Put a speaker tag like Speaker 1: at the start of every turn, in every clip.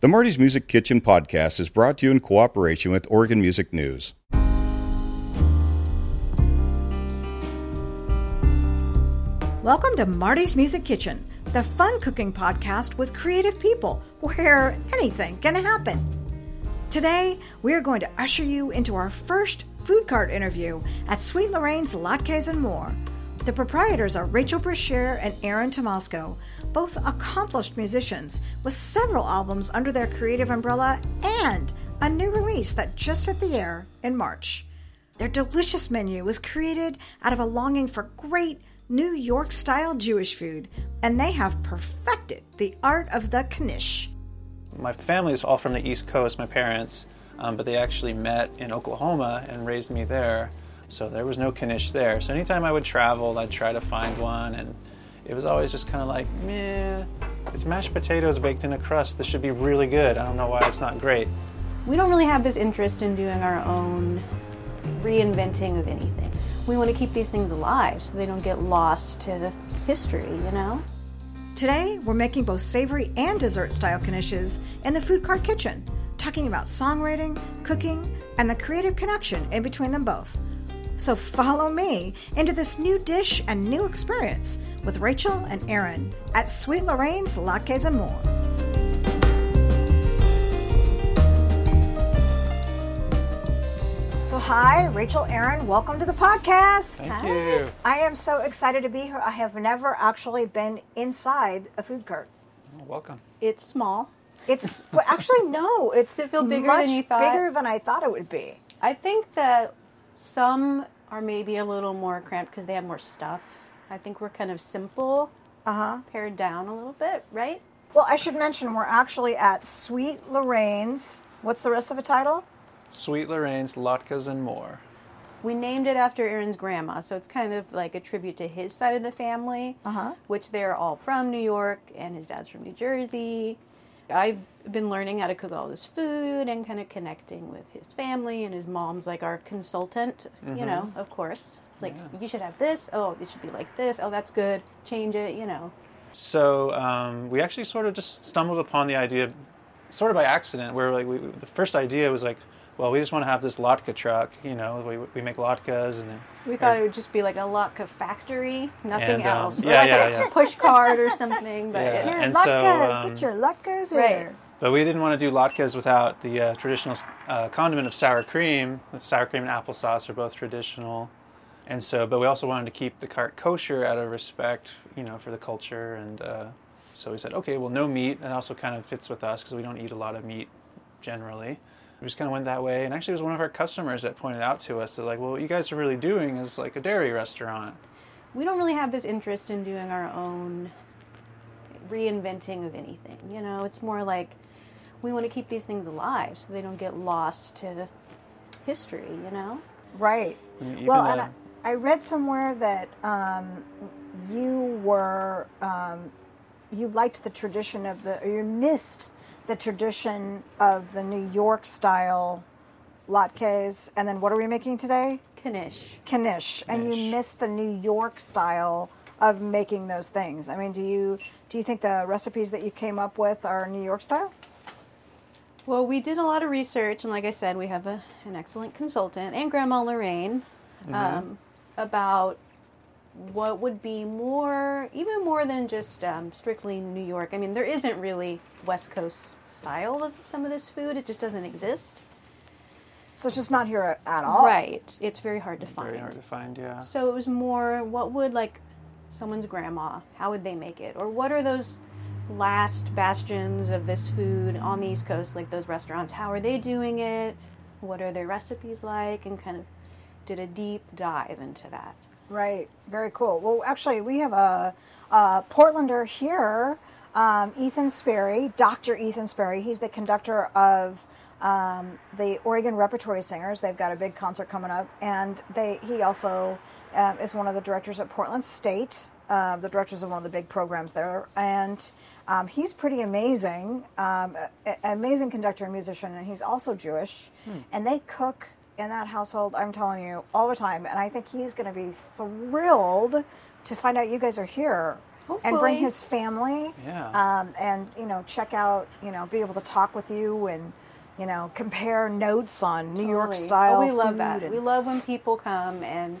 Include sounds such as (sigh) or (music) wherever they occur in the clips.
Speaker 1: The Marty's Music Kitchen podcast is brought to you in cooperation with Oregon Music News.
Speaker 2: Welcome to Marty's Music Kitchen, the fun cooking podcast with creative people where anything can happen. Today, we are going to usher you into our first food cart interview at Sweet Lorraine's Latkes and More. The proprietors are Rachel Brashear and Aaron Tomasco, both accomplished musicians with several albums under their creative umbrella and a new release that just hit the air in March. Their delicious menu was created out of a longing for great New York style Jewish food, and they have perfected the art of the knish.
Speaker 3: My family is all from the East Coast, my parents, um, but they actually met in Oklahoma and raised me there. So there was no Knish there. So anytime I would travel, I'd try to find one, and it was always just kind of like, meh, it's mashed potatoes baked in a crust. This should be really good. I don't know why it's not great.
Speaker 4: We don't really have this interest in doing our own reinventing of anything. We want to keep these things alive so they don't get lost to history, you know?
Speaker 2: Today, we're making both savory and dessert style knishes in the food cart kitchen, talking about songwriting, cooking, and the creative connection in between them both. So follow me into this new dish and new experience with Rachel and Aaron at Sweet Lorraine's Latkes and More. So hi, Rachel Aaron, welcome to the podcast.
Speaker 3: Thank Hi. you.
Speaker 2: I am so excited to be here. I have never actually been inside a food cart.
Speaker 3: welcome.
Speaker 4: It's small. (laughs)
Speaker 2: It's well, actually no, it's
Speaker 4: Does it feel bigger
Speaker 2: much
Speaker 4: than you thought?
Speaker 2: bigger than I thought it would be.
Speaker 4: I think that some are maybe a little more cramped because they have more stuff. I think we're kind of simple,
Speaker 2: Uh huh.
Speaker 4: pared down a little bit, right?
Speaker 2: Well, I should mention we're actually at Sweet Lorraine's. What's the rest of the title?
Speaker 3: Sweet Lorraine's Latkes and More.
Speaker 4: We named it after Aaron's grandma, so it's kind of like a tribute to his side of the family,
Speaker 2: Uh-huh.
Speaker 4: which they're all from New York, and his dad's from New Jersey. I've been learning how to cook all this food and kind of connecting with his family, and his mom's like our consultant, you know, of course. Like, you should have this. Oh, it should be like this. Oh, that's good. Change it, you know.
Speaker 3: So um, we actually sort of just stumbled upon the idea, sort of by accident, where like we, we- the first idea was like, well, we just want to have this latke truck. You know, we, we make latkes and then
Speaker 4: We thought it would just be like a Lotka factory, nothing
Speaker 3: And, um,
Speaker 4: else. Or
Speaker 3: yeah,
Speaker 4: like
Speaker 3: yeah,
Speaker 4: a
Speaker 3: yeah.
Speaker 4: push card or something, but
Speaker 3: Yeah.
Speaker 4: (laughs) yeah.
Speaker 3: And
Speaker 2: latkes,
Speaker 3: so, um,
Speaker 2: get your latkes
Speaker 4: right.
Speaker 2: here.
Speaker 3: But we didn't want to do latkes without the uh, traditional uh, condiment of sour cream. Sour cream and applesauce are both traditional, and so. But we also wanted to keep the cart kosher out of respect, you know, for the culture. And uh, so we said, okay, well, no meat. That also kind of fits with us because we don't eat a lot of meat generally. We just kind of went that way. And actually, it was one of our customers that pointed out to us that like, well, what you guys are really doing is like a dairy restaurant.
Speaker 4: we don't really have this interest in doing our own reinventing of anything. You know, it's more like we want to keep these things alive so they don't get lost to history, you know?
Speaker 2: Right.
Speaker 3: even
Speaker 2: well, and I,
Speaker 3: though-
Speaker 2: I read somewhere that um, you were um, you liked the tradition of the or you missed the tradition of the New York style latkes, and then what are we making today?
Speaker 4: Knish.
Speaker 2: Knish, and you
Speaker 3: Knish.
Speaker 2: miss the New York style of making those things. I mean, do you do you think the recipes that you came up with are New York style?
Speaker 4: Well, we did a lot of research, and like I said, we have a, an excellent consultant and Grandma Lorraine um, about what would be more, even more than just um, strictly New York. I mean, there isn't really West Coast style of some of this food, it just doesn't exist.
Speaker 2: So it's just not here at all.
Speaker 4: Right. It's very hard to find.
Speaker 3: Very hard to find, yeah.
Speaker 4: So it was more what would like someone's grandma, how would they make it? Or what are those last bastions of this food on the East Coast, like those restaurants, how are they doing it? What are their recipes like? And kind of did a deep dive into that.
Speaker 2: Right. Very cool. Well, actually, we have a, a Portlander here, um, Ethan Sperry, Dr. Ethan Sperry. He's the conductor of um, the Oregon Repertory Singers. They've got a big concert coming up, and they he also um, is one of the directors at Portland State. Uh, the directors of one of the big programs there, and um, he's pretty amazing, um, a- a- an amazing conductor and musician, and he's also Jewish, and they cook in that household, I'm telling you, all the time. And I think he's going to be thrilled to find out you guys are here. and bring
Speaker 4: Hopefully.
Speaker 2: his family.
Speaker 3: Yeah.
Speaker 2: Um, and you know, check out. You know, be able to talk with you and you know compare notes on New York
Speaker 4: Totally.
Speaker 2: style.
Speaker 4: Oh, we love
Speaker 2: food
Speaker 4: that.
Speaker 2: and-
Speaker 4: We love when people come and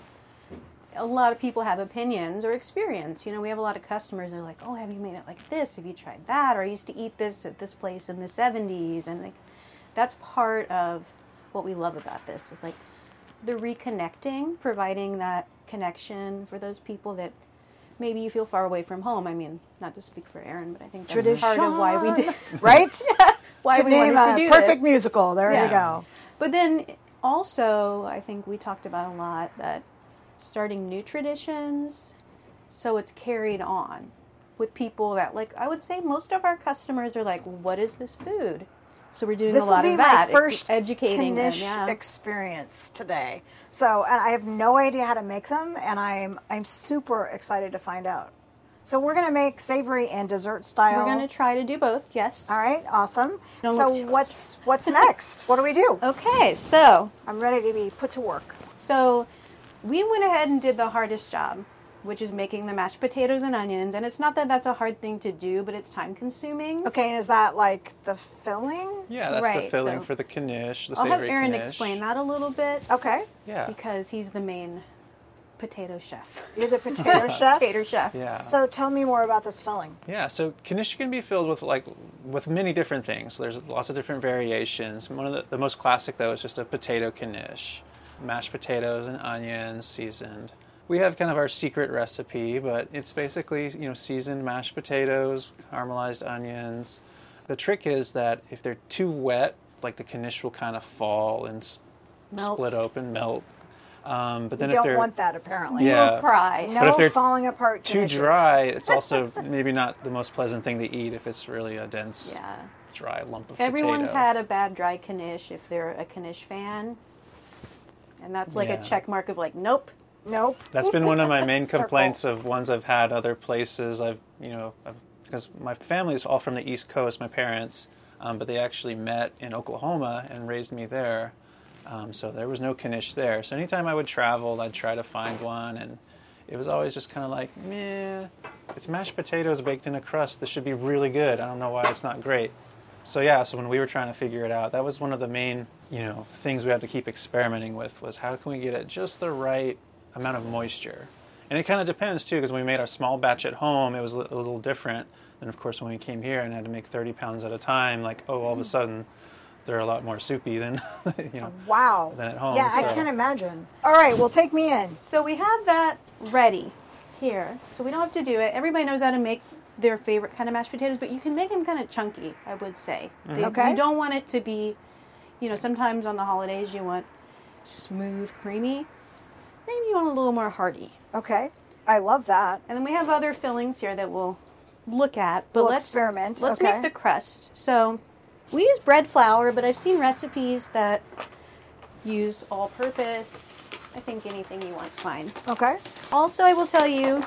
Speaker 4: a lot of people have opinions or experience. You know, we have a lot of customers that are like, "Oh, have you made it like this? Have you tried that?" Or I used to eat this at this place in the '70s, and like, that's part of what we love about this. Is like the reconnecting, providing that connection for those people that maybe you feel far away from home. I mean, not to speak for Aaron, but I think that's part of why we did
Speaker 2: right?
Speaker 4: (laughs) why
Speaker 2: to
Speaker 4: we
Speaker 2: name
Speaker 4: wanted
Speaker 2: a
Speaker 4: to do
Speaker 2: perfect
Speaker 4: this.
Speaker 2: musical. There
Speaker 4: Yeah.
Speaker 2: you go.
Speaker 4: But then also, I think we talked about a lot that starting new traditions so it's carried on with people that like I would say most of our customers are like what is this food? So we're doing
Speaker 2: This
Speaker 4: a
Speaker 2: will
Speaker 4: lot
Speaker 2: be
Speaker 4: of that
Speaker 2: my
Speaker 4: e-
Speaker 2: first
Speaker 4: educating them,
Speaker 2: Knish
Speaker 4: yeah.
Speaker 2: experience today. So, and I have no idea how to make them, and I'm I'm super excited to find out. So we're gonna make savory and dessert style.
Speaker 4: we're going to try to do both. Yes.
Speaker 2: All right, awesome.
Speaker 4: Don't
Speaker 2: so
Speaker 4: look too
Speaker 2: what's
Speaker 4: (laughs)
Speaker 2: what's next? what do we do?
Speaker 4: Oh. Okay. So,
Speaker 2: I'm ready to be put to work.
Speaker 4: So we went ahead and did the hardest job, which is making the mashed potatoes and onions. And it's not that that's a hard thing to do, but it's time consuming.
Speaker 2: Okay, is that like the filling?
Speaker 3: Yeah, that's the
Speaker 4: Right,
Speaker 3: filling
Speaker 4: so-
Speaker 3: for the knish, the
Speaker 4: I'll have
Speaker 3: savory
Speaker 4: Aaron
Speaker 3: knish.
Speaker 4: explain that a little bit.
Speaker 2: Okay,
Speaker 3: Yeah.
Speaker 4: Because he's the main
Speaker 3: (laughs)
Speaker 4: potato chef.
Speaker 2: you're
Speaker 4: (laughs)
Speaker 2: the potato chef.
Speaker 4: Potato chef.
Speaker 3: yeah.
Speaker 2: So tell me more about this filling.
Speaker 3: Yeah, so knish can be filled with like with many different things. There's lots of different variations. One of the, the most classic though is just a potato knish, mashed potatoes and onions seasoned. We have kind of our secret recipe, but it's basically you know seasoned mashed potatoes, caramelized onions. The trick is that if they're too wet, like the knish will kind of fall and s-
Speaker 4: Melt.
Speaker 3: split open, melt. Um, but then
Speaker 2: you
Speaker 3: if
Speaker 2: don't
Speaker 3: they're
Speaker 2: want that apparently.
Speaker 3: Yeah.
Speaker 4: Don't cry.
Speaker 2: No
Speaker 3: But if they're
Speaker 2: falling apart.
Speaker 3: too
Speaker 2: conditions. (laughs)
Speaker 3: dry, it's also maybe not the most pleasant thing to eat if it's really a dense,
Speaker 4: Yeah.
Speaker 3: dry lump of
Speaker 4: Everyone's
Speaker 3: potato.
Speaker 4: had a bad dry knish if they're a knish fan. And that's like
Speaker 3: Yeah.
Speaker 4: a check mark of like, nope.
Speaker 2: Nope.
Speaker 3: That's been one of my
Speaker 2: (laughs)
Speaker 3: main
Speaker 2: Circle.
Speaker 3: complaints of ones I've had other places. I've you know I've, because my family is all from the East Coast, my parents, um, but they actually met in Oklahoma and raised me there. Um, so there was no knish there. So anytime I would travel, I'd try to find one, and it was always just kind of like, meh, it's mashed potatoes baked in a crust. This should be really good. I don't know why it's not great. So yeah, so when we were trying to figure it out, that was one of the main, you know, things we had to keep experimenting with was how can we get it just the right amount of moisture. And it kind of depends too, because when we made our small batch at home, it was a li- a little different than of course when we came here and had to make 30 pounds at a time. Like oh,
Speaker 4: Mm.
Speaker 3: all of a sudden they're a lot more soupy than (laughs) you
Speaker 4: Um.
Speaker 3: know.
Speaker 2: Wow.
Speaker 3: than at home,
Speaker 2: Yeah, I
Speaker 3: so-
Speaker 2: can imagine. All right, well, take me in.
Speaker 4: So we have that ready here. So we don't have to do it. Everybody knows how to make their favorite kind of mashed potatoes, but you can make them kind of chunky, I would say.
Speaker 3: Mm-hmm.
Speaker 4: They-
Speaker 2: Okay.
Speaker 4: You don't want it to be, you know, sometimes on the holidays you want smooth, creamy. Maybe you want a little more hearty.
Speaker 2: Okay, I love that.
Speaker 4: And then we have other fillings here that we'll look at. But
Speaker 2: We'll
Speaker 4: let's
Speaker 2: experiment,
Speaker 4: Let's
Speaker 2: okay.
Speaker 4: make the crust. So we use bread flour, but I've seen recipes that use all-purpose. I think anything you want's fine.
Speaker 2: Okay,
Speaker 4: Also, I will tell you,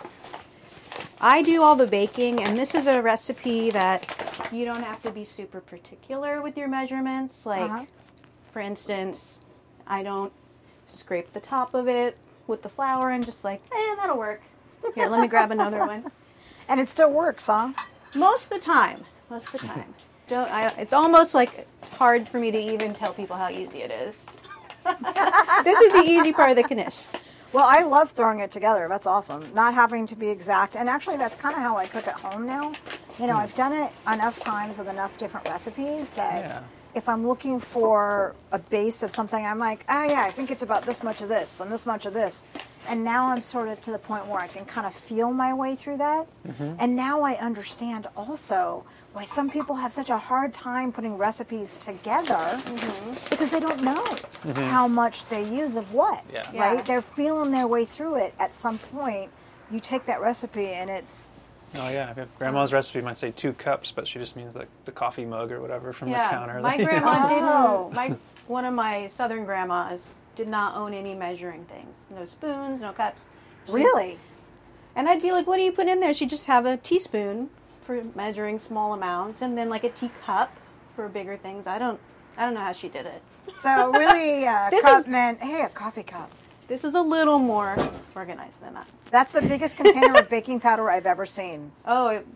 Speaker 4: I do all the baking, and this is a recipe that you don't have to be super particular with your measurements. Like,
Speaker 2: Uh-huh.
Speaker 4: for instance, I don't scrape the top of it with the flour and just like, eh, that'll work. Here, let me grab another one.
Speaker 2: and it still works, huh?
Speaker 4: Most of the time, most of the time, don't. I, it's almost like hard for me to even tell people how easy it is. (laughs) this is the easy part of the knish.
Speaker 2: Well, I love throwing it together. That's awesome. Not having to be exact. And actually, that's kind of how I cook at home now. You know, I've done it enough times with enough different recipes that
Speaker 3: Yeah.
Speaker 2: if I'm looking for a base of something, I'm like, ah, yeah, I think it's about this much of this and this much of this. And now I'm sort of to the point where I can kind of feel my way through that. And now I understand also why some people have such a hard time putting recipes together because they don't know how much they use of what
Speaker 3: Yeah.
Speaker 4: Yeah.
Speaker 2: right? They're feeling their way through it. At some point, you take that recipe and it's
Speaker 3: Oh yeah, grandma's recipe might say two cups, but she just means the, the coffee mug or whatever from
Speaker 4: yeah,
Speaker 3: the counter. (laughs)
Speaker 4: My
Speaker 3: Yeah.
Speaker 4: grandma
Speaker 2: Oh.
Speaker 4: didn't. My one of my southern grandmas did not own any measuring things. No spoons, no cups. She-
Speaker 2: really
Speaker 4: And I'd be like, "What do you put in there?" She'd just have a teaspoon for measuring small amounts, and then like a teacup for bigger things. I don't. I don't know how she did it. (laughs)
Speaker 2: so. Really, uh,
Speaker 4: This
Speaker 2: cup
Speaker 4: is-
Speaker 2: meant hey, a coffee cup.
Speaker 4: This is a little more organized than that.
Speaker 2: That's the biggest container
Speaker 4: (laughs)
Speaker 2: of baking powder I've ever seen.
Speaker 4: Oh, it-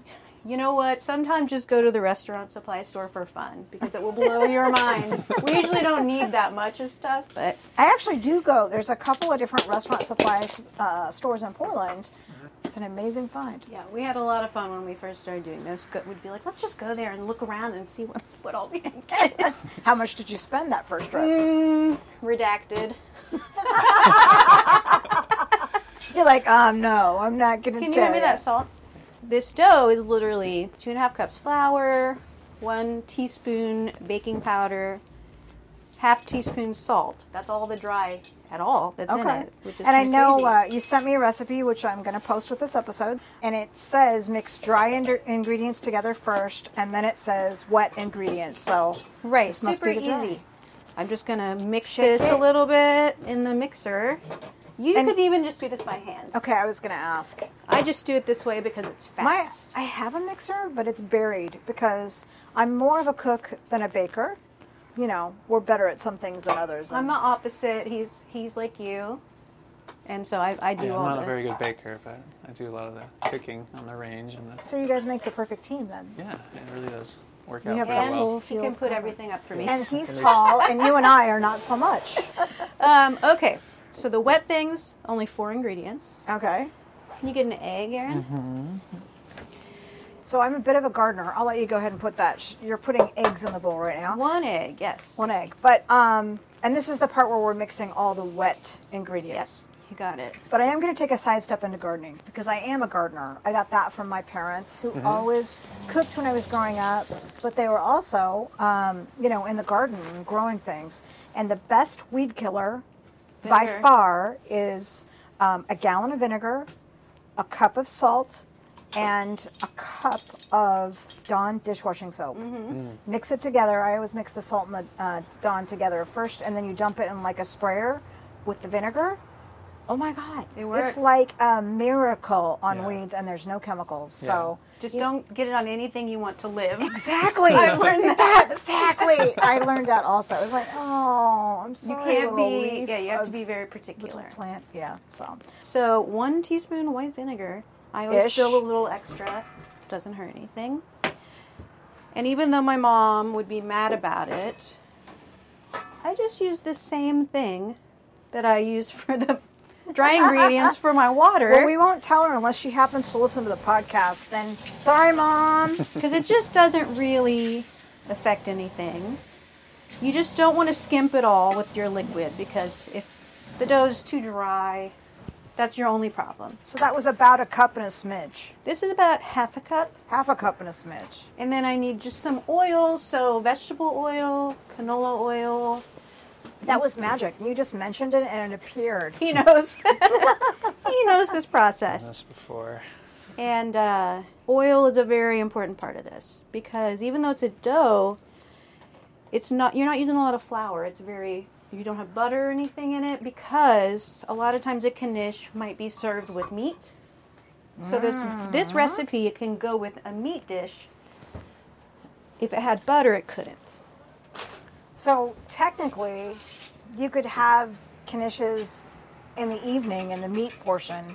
Speaker 4: you know what? Sometimes just go to the restaurant supply store for fun because it will blow your mind. We usually don't need that much of stuff, but
Speaker 2: I actually do go. There's a couple of different restaurant supplies uh, stores in Portland.
Speaker 4: Mm-hmm.
Speaker 2: It's an amazing find.
Speaker 4: yeah, we had a lot of fun when we first started doing this. Go- We'd be like, let's just go there and look around and see what, what all we can get.
Speaker 2: How much did you spend that first
Speaker 4: Mm.
Speaker 2: trip?
Speaker 4: (laughs) Redacted.
Speaker 2: You're like, um, no, I'm not gonna.
Speaker 4: Can you
Speaker 2: tell
Speaker 4: hand me that salt? This dough is literally two and a half cups flour, one teaspoon baking powder, half teaspoon salt. That's all the dry at all that's in
Speaker 2: Okay.
Speaker 4: it. which is
Speaker 2: And I
Speaker 4: pretty
Speaker 2: know
Speaker 4: crazy.
Speaker 2: uh, you sent me a recipe, which I'm going to post with this episode. And it says mix dry ind- ingredients together first, and then it says wet ingredients. So
Speaker 4: Right,
Speaker 2: this
Speaker 4: super
Speaker 2: must be the dry.
Speaker 4: easy. I'm just gonna mix
Speaker 2: Shake
Speaker 4: this a
Speaker 2: it.
Speaker 4: little bit in the mixer. You
Speaker 2: And-
Speaker 4: could even just do this by hand.
Speaker 2: Okay, I was going to ask.
Speaker 4: I just do it this way because it's
Speaker 2: My,
Speaker 4: fast.
Speaker 2: I have a mixer, but it's buried because I'm more of a cook than a baker. You know, we're better at some things than others.
Speaker 4: I'm
Speaker 2: and-
Speaker 4: the opposite. He's he's like you, and so I, I do
Speaker 3: Yeah,
Speaker 4: all
Speaker 3: I'm not
Speaker 4: the.
Speaker 3: a very good baker, but I do a lot of the cooking on the range and the,
Speaker 2: so you guys make the perfect team then.
Speaker 3: yeah, it really does work out
Speaker 2: have
Speaker 3: pretty
Speaker 4: and
Speaker 2: that whole
Speaker 3: well.
Speaker 4: you can
Speaker 2: field
Speaker 4: put
Speaker 2: cover.
Speaker 4: everything up for me.
Speaker 2: And he's tall, and you and I are not so much.
Speaker 4: Um, okay, so the wet things only four ingredients.
Speaker 2: Okay.
Speaker 4: Can you get an egg, Erin?
Speaker 3: Mm-hmm.
Speaker 2: So I'm a bit of a gardener. I'll let you go ahead and put that. sh- You're putting eggs in the bowl right now.
Speaker 4: One egg, yes.
Speaker 2: One egg. But um, and this is the part where we're mixing all the wet ingredients.
Speaker 4: Yes, you got it.
Speaker 2: But I am going to take a side step into gardening because I am a gardener. I got that from my parents who always cooked when I was growing up, but they were also, um, you know, in the garden and growing things. And the best weed killer by
Speaker 4: Vinegar.
Speaker 2: far is um, a gallon of vinegar, a cup of salt, and a cup of Dawn dishwashing soap. Mix it together. I always mix the salt and the uh, Dawn together first, and then you dump it in like a sprayer with the vinegar. Oh my God!
Speaker 4: It works.
Speaker 2: It's like a miracle on
Speaker 3: Yeah.
Speaker 2: weeds, and there's no chemicals. So
Speaker 4: Just don't get it on anything you want to live. (laughs)
Speaker 2: exactly,
Speaker 4: I learned (laughs) that.
Speaker 2: exactly. I learned that also. It was like, oh, I'm
Speaker 4: You
Speaker 2: sorry.
Speaker 4: can't
Speaker 2: little
Speaker 4: be.
Speaker 2: leaf
Speaker 4: Yeah, you have to
Speaker 2: of-
Speaker 4: be very
Speaker 2: little
Speaker 4: particular.
Speaker 2: plant. Yeah. So
Speaker 4: So one teaspoon white vinegar. I always
Speaker 2: Ish.
Speaker 4: spill a little extra. Doesn't hurt anything. And even though my mom would be mad about it, I just use the same thing that I use for the
Speaker 2: (laughs)
Speaker 4: dry ingredients for my
Speaker 2: well, we
Speaker 4: water
Speaker 2: won't tell her unless she happens to listen to the podcast. Then sorry, mom.
Speaker 4: because it just doesn't really affect anything. You just don't want to skimp it all with your liquid because if the dough's too dry, that's your only problem.
Speaker 2: so that was about a cup and a smidge,
Speaker 4: This is about half a cup
Speaker 2: half a cup and a smidge.
Speaker 4: And then I need just some oil, so vegetable oil, canola oil,
Speaker 2: That was magic. You just mentioned it, and it appeared.
Speaker 4: he knows. (laughs) he knows this
Speaker 3: Done
Speaker 4: process.
Speaker 3: This before.
Speaker 4: And uh, oil is a very important part of this because even though it's a dough, it's not you're not using a lot of flour. It's very you don't have butter or anything in it because a lot of times a knish might be served with meat. So this this recipe it can go with a meat dish. If it had butter, it couldn't.
Speaker 2: So technically, you could have knishes in the evening in the meat portion,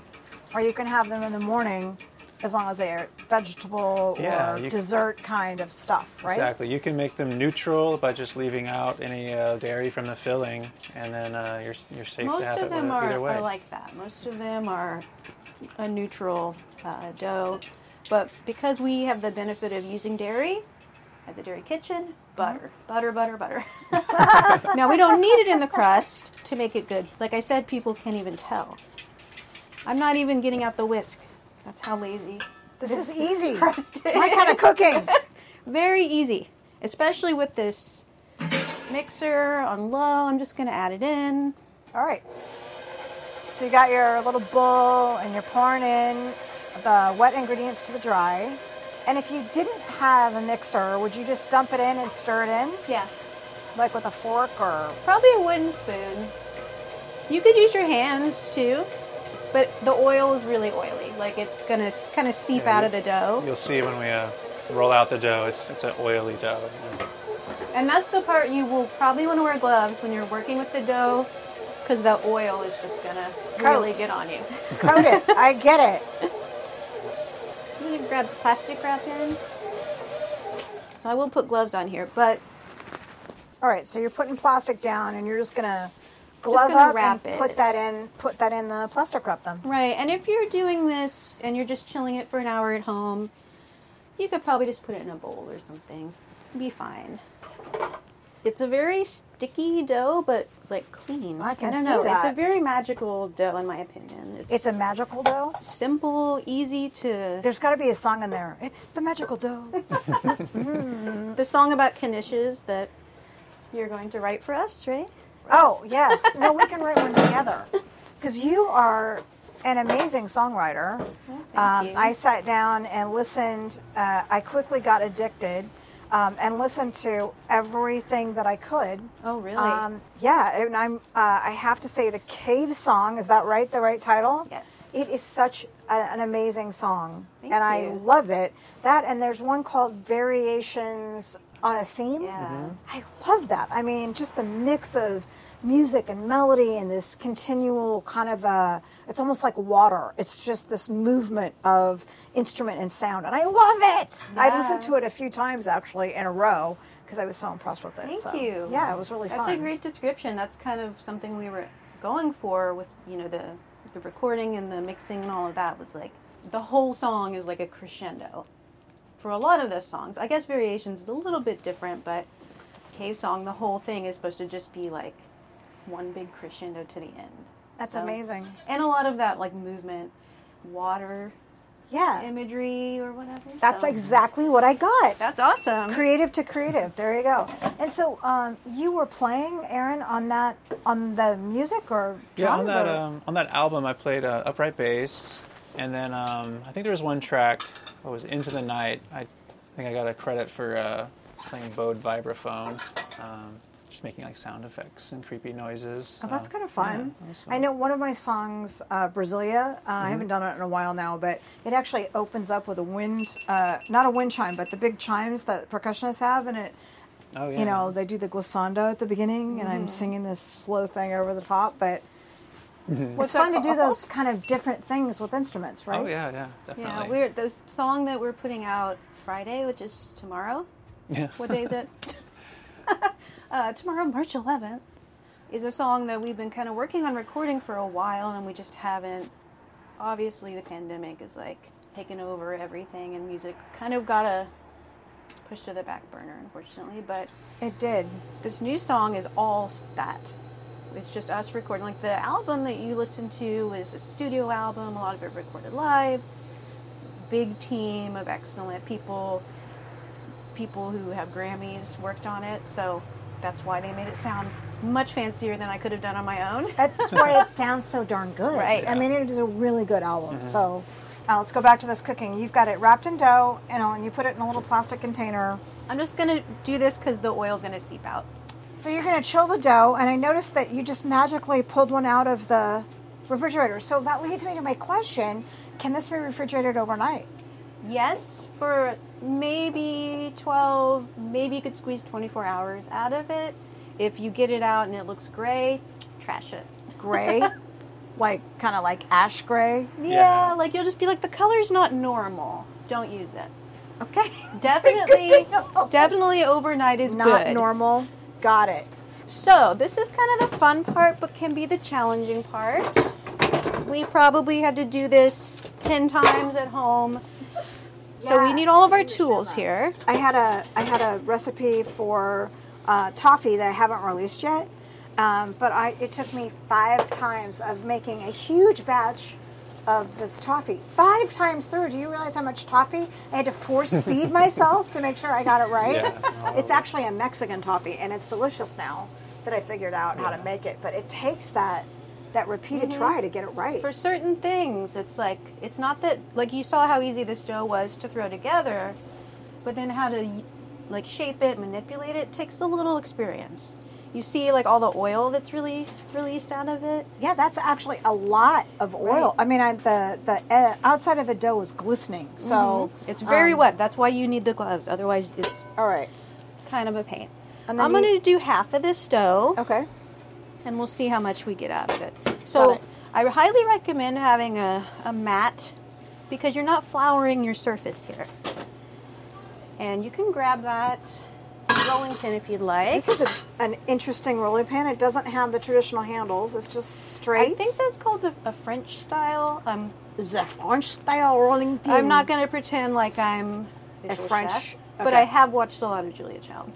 Speaker 2: or you can have them in the morning as long as they are vegetable
Speaker 3: Yeah,
Speaker 2: or
Speaker 3: you-
Speaker 2: dessert kind of stuff, right?
Speaker 3: Exactly. You can make them neutral by just leaving out any uh, dairy from the filling, and then uh, you're you're safe
Speaker 4: Most
Speaker 3: to have
Speaker 4: of
Speaker 3: it
Speaker 4: them
Speaker 3: with-
Speaker 4: are,
Speaker 3: either way.
Speaker 4: are like that. Most of them are a neutral uh, dough, but because we have the benefit of using dairy at the dairy kitchen,
Speaker 3: Mm-hmm.
Speaker 4: butter, butter, butter, butter. (laughs) now we don't need it in the crust to make it good. Like I said, people can't even tell. I'm not even getting out the whisk. That's how lazy.
Speaker 2: This is easy.
Speaker 4: crust is.
Speaker 2: My kind of cooking.
Speaker 4: Very easy, especially with this mixer on low. I'm just gonna add it in.
Speaker 2: All right. So you got your little bowl and you're pouring in the wet ingredients to the dry. And if you didn't have a mixer, would you just dump it in and stir it in,
Speaker 4: Yeah.
Speaker 2: like with a fork
Speaker 3: (laughs)
Speaker 2: or
Speaker 4: Probably a wooden spoon. You could use your hands too, but the oil is really oily. Like it's gonna kind of seep out of the dough,
Speaker 3: You'll see when we uh, roll out the dough. It's it's an oily dough.
Speaker 4: and that's the part you will probably want to wear gloves when you're working with the dough. because the oil is just gonna really
Speaker 2: Coat.
Speaker 4: get on you. (laughs)
Speaker 2: Coat it. I get it.
Speaker 4: I'm gonna grab the plastic wrap in. So I will put gloves on here, but
Speaker 2: All right, so you're putting plastic down and you're just going to glove
Speaker 4: gonna
Speaker 2: up
Speaker 4: wrap
Speaker 2: and
Speaker 4: it.
Speaker 2: put that in put that in the plastic wrap then.
Speaker 4: right. And if you're doing this and you're just chilling it for an hour at home, you could probably just put it in a bowl or something. Be fine. It's a very sticky dough, but like clean.
Speaker 2: I can
Speaker 4: don't
Speaker 2: see
Speaker 4: know. It's
Speaker 2: that.
Speaker 4: a very magical dough, in my opinion.
Speaker 2: It's a magical dough.
Speaker 4: simple, easy to.
Speaker 2: There's got to be a song in there. It's the magical dough.
Speaker 4: The song about knishes that you're going to write for us, right?
Speaker 2: Oh, yes. No, we can write one together. (laughs) Because you are an amazing songwriter.
Speaker 4: thank
Speaker 2: Um,
Speaker 4: you.
Speaker 2: I sat down and listened. Uh, I quickly got addicted um, and listened to everything that I could.
Speaker 4: Oh, really?
Speaker 2: Um, yeah, and I'm. Uh, I have to say, the cave song is that right? The right title?
Speaker 4: Yes.
Speaker 2: It is such a, an amazing song,
Speaker 4: Thank
Speaker 2: and I
Speaker 4: you.
Speaker 2: love it. That and there's one called Variations on a Theme.
Speaker 4: Yeah. Mhm.
Speaker 2: I love that. I mean, just the mix of music and melody and this continual kind of uh it's almost like water it's just this movement of instrument and sound and i love it i
Speaker 4: Yeah.
Speaker 2: listened to it a few times actually in a row because i was so impressed with it
Speaker 4: Thank
Speaker 2: so,
Speaker 4: you.
Speaker 2: yeah it was really
Speaker 4: That's
Speaker 2: fun
Speaker 4: a great description. That's kind of something we were going for with you know the the recording and the mixing and all of that was like the whole song is like a crescendo for a lot of those songs. I guess variations is a little bit different, but cave song the whole thing is supposed to just be like one big crescendo to the end.
Speaker 2: That's
Speaker 4: So-
Speaker 2: amazing.
Speaker 4: And a lot of that like movement, water
Speaker 2: Yeah.
Speaker 4: imagery or whatever.
Speaker 2: That's
Speaker 4: so-
Speaker 2: exactly what I got.
Speaker 4: That's awesome.
Speaker 2: creative to creative. There you go. And so um, you were playing, Aaron, on that on the music or drums
Speaker 3: Yeah, on that
Speaker 2: or
Speaker 3: um, on that album, I played uh, upright bass, and then um, I think there was one track. What was it, Into the Night? I think I got a credit for uh, playing Bode vibraphone, um, just making like sound effects and creepy noises.
Speaker 2: Oh, that's
Speaker 3: Uh,
Speaker 2: kind of fun.
Speaker 3: yeah, that was
Speaker 2: I know one of my songs, uh, Brasilia, uh,
Speaker 3: Mm-hmm.
Speaker 2: I haven't done it in a while now, but it actually opens up with a wind, uh, not a wind chime, but the big chimes that percussionists have, and it,
Speaker 3: Oh, yeah. Mm-hmm.
Speaker 2: you know, they do the glissando at the beginning, and I'm singing this slow thing over the top, but it's
Speaker 4: that
Speaker 2: fun to do
Speaker 4: called?
Speaker 2: those kind of different things with instruments, right?
Speaker 3: Mm-hmm. Oh yeah, yeah,
Speaker 4: Yeah,
Speaker 3: definitely.
Speaker 4: we're the song that we're putting out Friday, which is tomorrow.
Speaker 3: Yeah.
Speaker 4: What day is
Speaker 3: (laughs)
Speaker 4: it? (laughs) uh, tomorrow, March 11th, is a song that we've been kind of working on recording for a while, and we just haven't. Obviously, the pandemic is like taken over everything, and music kind of got a push to the back burner, unfortunately. But
Speaker 2: It did.
Speaker 4: this new song is all s- that. It's just us recording. Like the album that you listened to is a studio album. A lot of it recorded live. Big team of excellent people. People who have Grammys worked on it. So that's why they made it sound much fancier than I could have done on my own. (laughs)
Speaker 2: That's why it sounds so darn good.
Speaker 4: Right.
Speaker 2: I mean, it is a really good album. So uh, let's go back to this cooking. You've got it wrapped in dough, you know, and you put it in a little plastic container.
Speaker 4: I'm just gonna do this because the oil's gonna seep out.
Speaker 2: So you're going to chill the dough, and I noticed that you just magically pulled one out of the refrigerator. So that leads me to my question: Can this be refrigerated overnight?
Speaker 4: Yes, for maybe 12, maybe you could squeeze 24 hours out of it. If you get it out and it looks gray, trash it.
Speaker 2: (laughs) Gray, like kind of like ash gray.
Speaker 4: Yeah,
Speaker 3: Yeah.
Speaker 4: like you'll just be like, the color's not normal. Don't use
Speaker 2: (laughs)
Speaker 4: it.
Speaker 2: Okay, (laughs)
Speaker 4: Definitely,
Speaker 2: to know.
Speaker 4: definitely overnight is
Speaker 2: not
Speaker 4: good.
Speaker 2: normal. Got it.
Speaker 4: So this is kind of the fun part, but can be the challenging part. We probably had to do this ten times at home, so
Speaker 2: Yeah,
Speaker 4: we need all of
Speaker 2: I
Speaker 4: our
Speaker 2: understand
Speaker 4: tools
Speaker 2: that.
Speaker 4: here.
Speaker 2: I had a I had a recipe for uh, toffee that I haven't released yet, um, but I it took me five times of making a huge batch of this toffee. Five times through. Do you realize how much toffee I had to force
Speaker 3: (laughs)
Speaker 2: feed myself to make sure I got it right?
Speaker 3: Yeah.
Speaker 2: (laughs) It's actually a Mexican toffee, and it's delicious now that I figured out how to make it. But it takes that that repeated try to get it right.
Speaker 4: for certain things it's like it's not that like you saw how easy this dough was to throw together but then how to like shape it manipulate it takes a little experience you see like all the oil that's really released out of it
Speaker 2: Yeah, that's actually a lot of oil.
Speaker 4: Right.
Speaker 2: I mean, I, the the uh, outside of the dough is glistening. So
Speaker 4: it's very
Speaker 2: um,
Speaker 4: wet that's why you need the gloves otherwise it's
Speaker 2: All right.
Speaker 4: kind of a pain
Speaker 2: And then
Speaker 4: i'm
Speaker 2: you-
Speaker 4: going to do half of this dough
Speaker 2: Okay.
Speaker 4: and we'll see how much we get out of it. So
Speaker 2: Got it.
Speaker 4: I highly recommend having a, a mat because you're not flouring your surface here. And you can grab that rolling pin if you'd like.
Speaker 2: This is a, an interesting rolling pin. It doesn't have the traditional handles. It's just straight.
Speaker 4: I think that's called a, a French style. Um,
Speaker 2: is a French style rolling pin.
Speaker 4: I'm not going to pretend like I'm a
Speaker 2: Hmm. visual
Speaker 4: French,
Speaker 2: chef,
Speaker 4: but
Speaker 2: okay.
Speaker 4: I have watched a lot of Julia Child.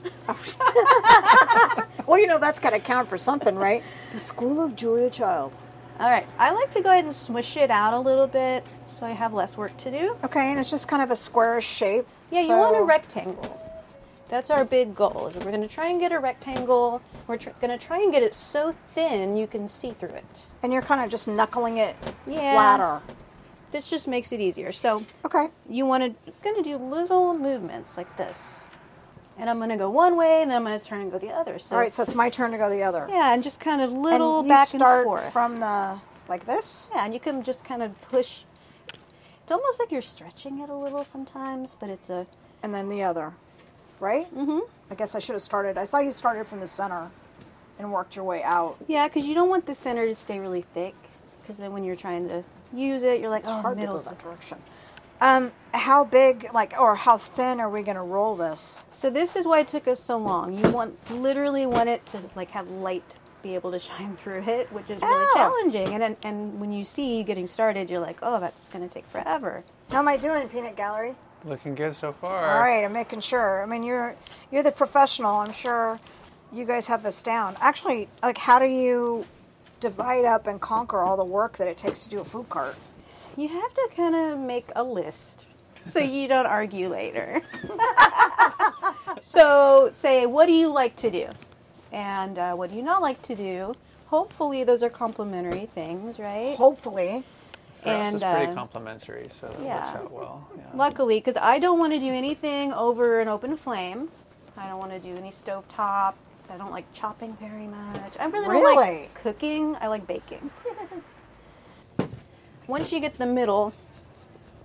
Speaker 2: Well, you know that's got to count for something, right? (laughs) the School of Julia Child.
Speaker 4: All right, I like to go ahead and smush it out a little bit so I have less work to do.
Speaker 2: Okay, and it's just kind of a squarish shape.
Speaker 4: Yeah, you want a
Speaker 2: so-
Speaker 4: rectangle. That's our big goal. Is we're going to try and get a rectangle. We're tr- going to try and get it so thin you can see through it.
Speaker 2: and you're kind of just knuckling it
Speaker 4: Yeah.
Speaker 2: flatter.
Speaker 4: This just makes it easier. So
Speaker 2: Okay.
Speaker 4: you want to going to do little movements like this, and I'm going to go one way, and then I'm going to turn and go the other. So
Speaker 2: All right, so it's my turn to go the other.
Speaker 4: yeah, and just kind of
Speaker 2: And
Speaker 4: little
Speaker 2: you
Speaker 4: back
Speaker 2: start
Speaker 4: and forth.
Speaker 2: from the like this.
Speaker 4: yeah, and you can just kind of push. It's almost like you're stretching it a little sometimes, but it's a
Speaker 2: and then the other, right? Mm-hmm. I guess I should have started. I saw you started from the center and worked your way out.
Speaker 4: Yeah, because you don't want the center to stay really thick, because then when you're trying to use it, you're like,
Speaker 2: It's
Speaker 4: oh,
Speaker 2: hard to go
Speaker 4: middle's
Speaker 2: that direction. Um, how big, like, or how thin are we going to roll this?
Speaker 4: So this is why it took us so long. You want literally want it to like have light be able to (laughs) shine through it, which is really
Speaker 2: Oh.
Speaker 4: challenging. And, and and when you see getting started, you're like, oh, that's gonna take forever.
Speaker 2: How am I doing, Peanut Gallery?
Speaker 3: Looking good so far.
Speaker 2: All right, I'm making sure. I mean, you're you're the professional. I'm sure you guys have this down. Actually, like, how do you divide up and conquer all the work that it takes to do a food cart?
Speaker 4: You have to kind of make a list so you don't argue later. (laughs) so say, what do you like to do? And uh, what do you not like to do? Hopefully, those are complementary things, right?
Speaker 2: Hopefully,
Speaker 3: For us, it's
Speaker 4: and,
Speaker 3: pretty
Speaker 2: um,
Speaker 4: uh,
Speaker 3: complimentary, so that
Speaker 4: yeah.
Speaker 3: works out well. Yeah.
Speaker 4: Luckily, because I don't want to do anything over an open flame. I don't want to do any stove top. I don't like chopping very much. I really, don't
Speaker 2: Really?
Speaker 4: like cooking. I like baking. (laughs) Once you get the middle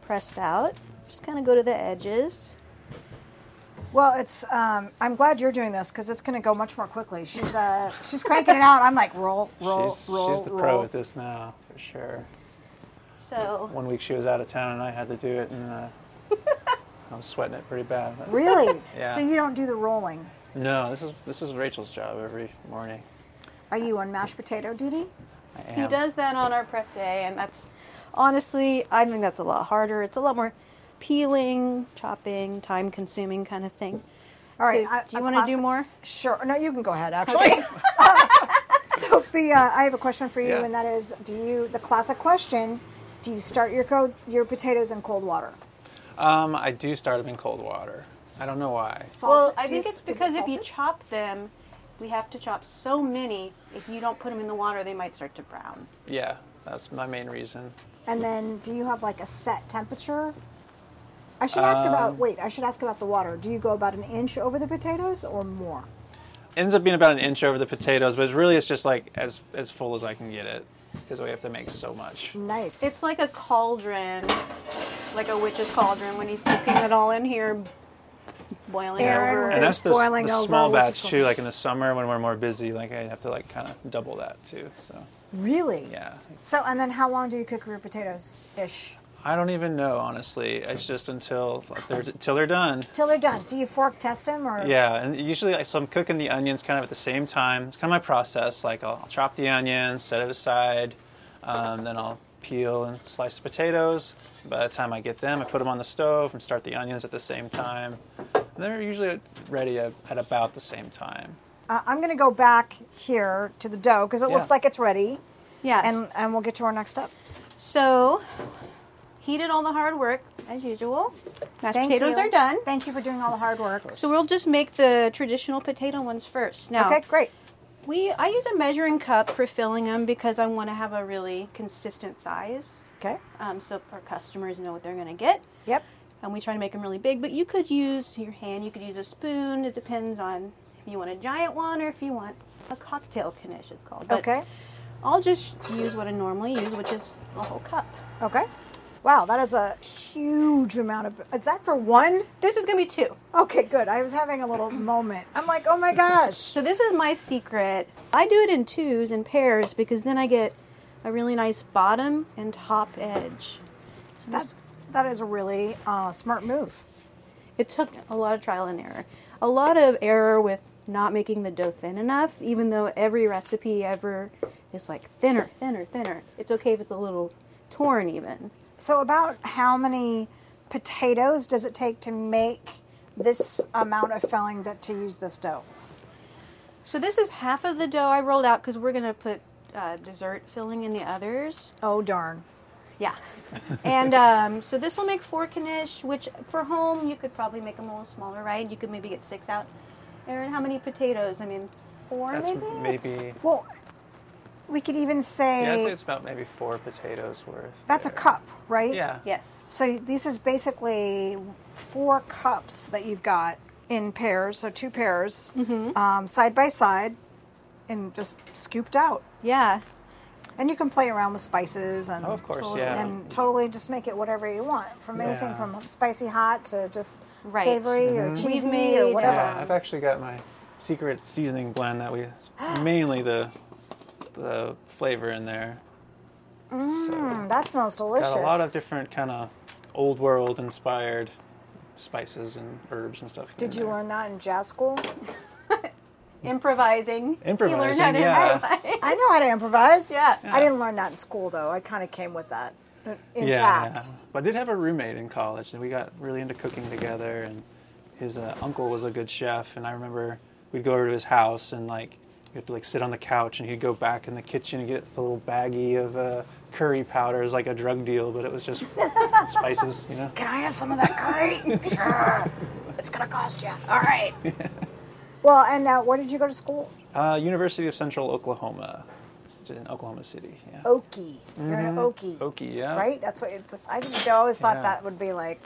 Speaker 4: pressed out, just kind of go to the edges.
Speaker 2: Well, it's. Um, I'm glad you're doing this because it's going to go much more quickly. She's uh, she's cranking it out. I'm like roll, roll,
Speaker 3: she's,
Speaker 2: roll,
Speaker 3: she's the
Speaker 2: roll.
Speaker 3: pro at this now, for sure.
Speaker 4: So,
Speaker 3: One week she was out of town and I had to do it, and
Speaker 2: (laughs)
Speaker 3: uh, I was sweating it pretty bad. but-
Speaker 2: Really?
Speaker 3: (laughs) Yeah.
Speaker 2: So you don't do the rolling?
Speaker 3: No, this is this is Rachel's job every morning.
Speaker 2: Are you on mashed potato duty?
Speaker 3: I am.
Speaker 4: he does that on our prep day, and that's honestly, I think that's a lot harder. It's a lot more peeling, chopping, time consuming kind of thing.
Speaker 2: All right.
Speaker 4: So,
Speaker 2: I-
Speaker 4: do you
Speaker 2: I'm
Speaker 4: want to do
Speaker 2: classic-
Speaker 4: more?
Speaker 2: Sure. No, you can go ahead. Actually. (laughs) Sophia, I have a question for you,
Speaker 3: Yeah.
Speaker 2: and that is, do you the classic question? Do you start your co- your potatoes in cold water?
Speaker 3: Um, I do start them in cold water. I don't know why.
Speaker 2: Salted?
Speaker 4: Well, I
Speaker 2: Do you
Speaker 4: think it's
Speaker 2: s- is it
Speaker 4: because if you
Speaker 2: salted?
Speaker 4: chop them, we have to chop so many. If you don't put them in the water, they might start to brown.
Speaker 3: Yeah, that's my main reason.
Speaker 2: And then, do you have like a set temperature? I should
Speaker 3: Um,
Speaker 2: ask about. Wait, I should ask about the water. Do you go about an inch over the potatoes or more?
Speaker 3: Ends up being about an inch over the potatoes, but it's really it's just like as as full as I can get it because we have to make so much.
Speaker 2: Nice.
Speaker 4: It's like a cauldron, like a witch's cauldron when he's cooking it all in here, boiling
Speaker 2: Aaron
Speaker 4: over.
Speaker 2: is-
Speaker 3: And that's the,
Speaker 2: boiling
Speaker 3: the
Speaker 2: over,
Speaker 3: small
Speaker 2: which is
Speaker 3: batch
Speaker 2: cool.
Speaker 3: too. Like in the summer when we're more busy, like I have to like kind of double that too. So
Speaker 2: really.
Speaker 3: yeah,
Speaker 2: So, and then how long do you cook your potatoes ish?
Speaker 3: I don't even know honestly. It's just until they're until they're done.
Speaker 2: Till they're done. So you fork test them, or
Speaker 3: Yeah, and usually like, so I'm cooking the onions kind of at the same time. It's kind of my process. Like I'll, I'll chop the onions, set it aside, um, then I'll peel and slice the potatoes. By the time I get them, I put them on the stove and start the onions at the same time. And they're usually ready at, at about the same time.
Speaker 2: Uh, I'm going to go back here to the dough because it
Speaker 3: Yeah.
Speaker 2: looks like it's ready,
Speaker 4: Yes.
Speaker 2: and and we'll get to our next step.
Speaker 4: so he did all the hard work as usual. Mashed
Speaker 2: Thank
Speaker 4: potatoes
Speaker 2: you.
Speaker 4: are done.
Speaker 2: Thank you for doing all the hard work.
Speaker 4: So we'll just make the traditional potato ones first. Now,
Speaker 2: okay, great.
Speaker 4: we I use a measuring cup for filling them because I want to have a really consistent size.
Speaker 2: Okay.
Speaker 4: um, so our customers know what they're going to get.
Speaker 2: Yep.
Speaker 4: And we try to make them really big, but you could use your hand, you could use a spoon. It depends on if you want a giant one or if you want a cocktail knish, it's called. But
Speaker 2: okay.
Speaker 4: I'll just use what I normally use, which is a whole cup.
Speaker 2: Okay. Wow, that is a huge amount of. Is that for one?
Speaker 4: This is gonna be two.
Speaker 2: Okay, good. I was having a
Speaker 4: (clears throat)
Speaker 2: little moment. I'm like, oh my gosh.
Speaker 4: So this is my secret. I do it in twos and pairs because then I get a really nice bottom and top edge. So I'm
Speaker 2: That,
Speaker 4: just-
Speaker 2: that is a really uh, smart move.
Speaker 4: it took a lot of trial and error. A lot of error with not making the dough thin enough, even though every recipe ever is like thinner, thinner, thinner. It's okay if it's a little torn even.
Speaker 2: So, about how many potatoes does it take to make this amount of filling that to use this dough?
Speaker 4: So this is half of the dough I rolled out because we're gonna put uh, dessert filling in the others.
Speaker 2: Oh darn.
Speaker 4: Yeah. (laughs) and um, so this will make four knish, which for home you could probably make them a little smaller, right? You could maybe get six out. Aaron, how many potatoes? I mean, four
Speaker 3: That's
Speaker 4: maybe.
Speaker 3: maybe.
Speaker 2: Well, we could even say,
Speaker 3: Yeah, I'd say it's about maybe four potatoes worth.
Speaker 2: that's a
Speaker 3: there.
Speaker 2: cup, right?
Speaker 3: Yeah.
Speaker 4: Yes.
Speaker 2: So this is basically four cups that you've got in pairs, so two pairs,
Speaker 4: Mm-hmm.
Speaker 2: um, side by side, and just scooped out.
Speaker 4: Yeah.
Speaker 2: And you can play around with spices and
Speaker 3: Oh, of course,
Speaker 4: Totally.
Speaker 3: yeah.
Speaker 2: and totally just make it whatever you want, from anything
Speaker 3: Yeah.
Speaker 2: from spicy hot to just
Speaker 4: Right.
Speaker 2: savory or
Speaker 3: Mm-hmm.
Speaker 4: We've
Speaker 2: cheesy or
Speaker 4: made,
Speaker 2: whatever.
Speaker 3: yeah, I've actually got my secret seasoning blend
Speaker 2: (gasps)
Speaker 3: that we mainly the the flavor in there.
Speaker 2: Mm, that smells delicious.
Speaker 3: Got a lot of different kind of old world inspired spices and herbs and stuff.
Speaker 2: Did
Speaker 3: in
Speaker 2: you
Speaker 3: there.
Speaker 2: learn that in jazz school?
Speaker 4: Improvising.
Speaker 3: Improvising,
Speaker 4: You learn how to
Speaker 3: yeah.
Speaker 4: improvise.
Speaker 2: I know how to improvise.
Speaker 4: Yeah.
Speaker 2: I didn't learn that in school though. I kind of came with that intact.
Speaker 3: But I did have a roommate in college, and we got really into cooking together. And his uh, uncle was a good chef, and I remember we'd go over to his house and like we have to like sit on the couch, and he'd go back in the kitchen and get the little baggie of uh, curry powder. It was like a drug deal, but it
Speaker 2: (laughs)
Speaker 3: was just spices, you know.
Speaker 2: Can I have some of that
Speaker 3: (laughs)
Speaker 2: curry? sure. It's gonna cost you. All right. well, and uh, where did you go to school?
Speaker 3: Uh, University of Central Oklahoma, which is in Oklahoma City. Yeah.
Speaker 2: Oh, Okie. You're in Okie.
Speaker 3: Mm-hmm. Okie, yeah.
Speaker 2: Right. That's what it, I didn't. I always thought
Speaker 3: Yeah.
Speaker 2: that would be like,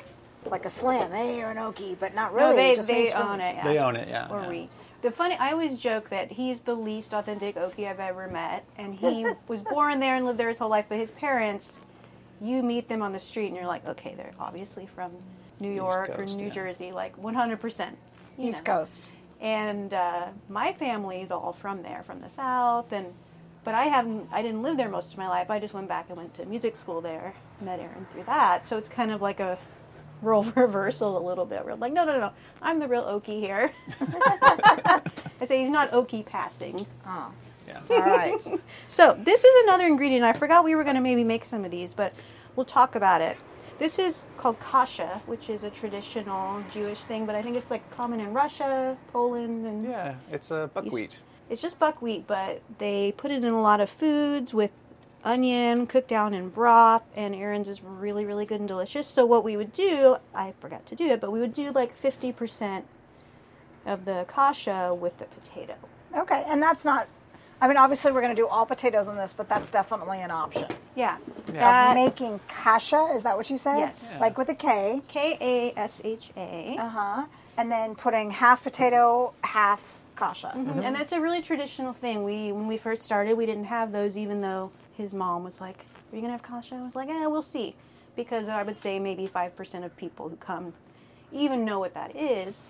Speaker 2: like a slam. Hey, you're an Okie, but not (laughs) really.
Speaker 4: No,
Speaker 2: It
Speaker 4: they,
Speaker 2: just
Speaker 4: they
Speaker 2: means you're-
Speaker 4: own it. Yeah.
Speaker 3: They own it, yeah.
Speaker 4: Or
Speaker 3: yeah.
Speaker 4: we. The funny, I always joke that he's the least authentic Okie I've ever met, and he
Speaker 2: (laughs)
Speaker 4: was born there and lived there his whole life. But his parents, you meet them on the street, and you're like, okay, they're obviously from New York or
Speaker 3: Coast,
Speaker 4: New
Speaker 3: yeah.
Speaker 4: Jersey, like 100. percent
Speaker 2: East Coast.
Speaker 4: and uh, my family's all from there, from the South, and but I haven't, I didn't live there most of my life. I just went back and went to music school there, met Aaron through that. So it's kind of like a role (laughs) reversal a little bit. We're like, no, no, no, no, I'm the real Okie
Speaker 2: (laughs)
Speaker 4: here. I say he's not Okie passing.
Speaker 2: Oh.
Speaker 3: Yeah.
Speaker 2: All right.
Speaker 4: (laughs) So this is another ingredient. I forgot we were going to maybe make some of these, but we'll talk about it. This is called kasha, which is a traditional Jewish thing, but I think it's like common in Russia, Poland, and
Speaker 3: Yeah, it's a buckwheat.
Speaker 4: it's just buckwheat, but they put it in a lot of foods with onion cooked down in broth, and Aaron's is really, really good and delicious. So, what we would do, I forgot to do it, but we would do like 50% of the kasha with the potato.
Speaker 2: okay, and that's not. I mean, obviously, we're going to do all potatoes on this, but that's definitely an option.
Speaker 4: Yeah.
Speaker 3: Yeah.
Speaker 4: That
Speaker 2: Making kasha, is that what you said?
Speaker 4: Yes. Yeah.
Speaker 2: Like with a K.
Speaker 4: K A S H A.
Speaker 2: Uh huh. And then putting half potato, half kasha.
Speaker 4: And that's a really traditional thing. We when we first started, we didn't have those, even though his mom was like, "Are you gonna have kasha?" I was like, "Yeah, we'll see," because I would say maybe five percent of people who come even know what that is.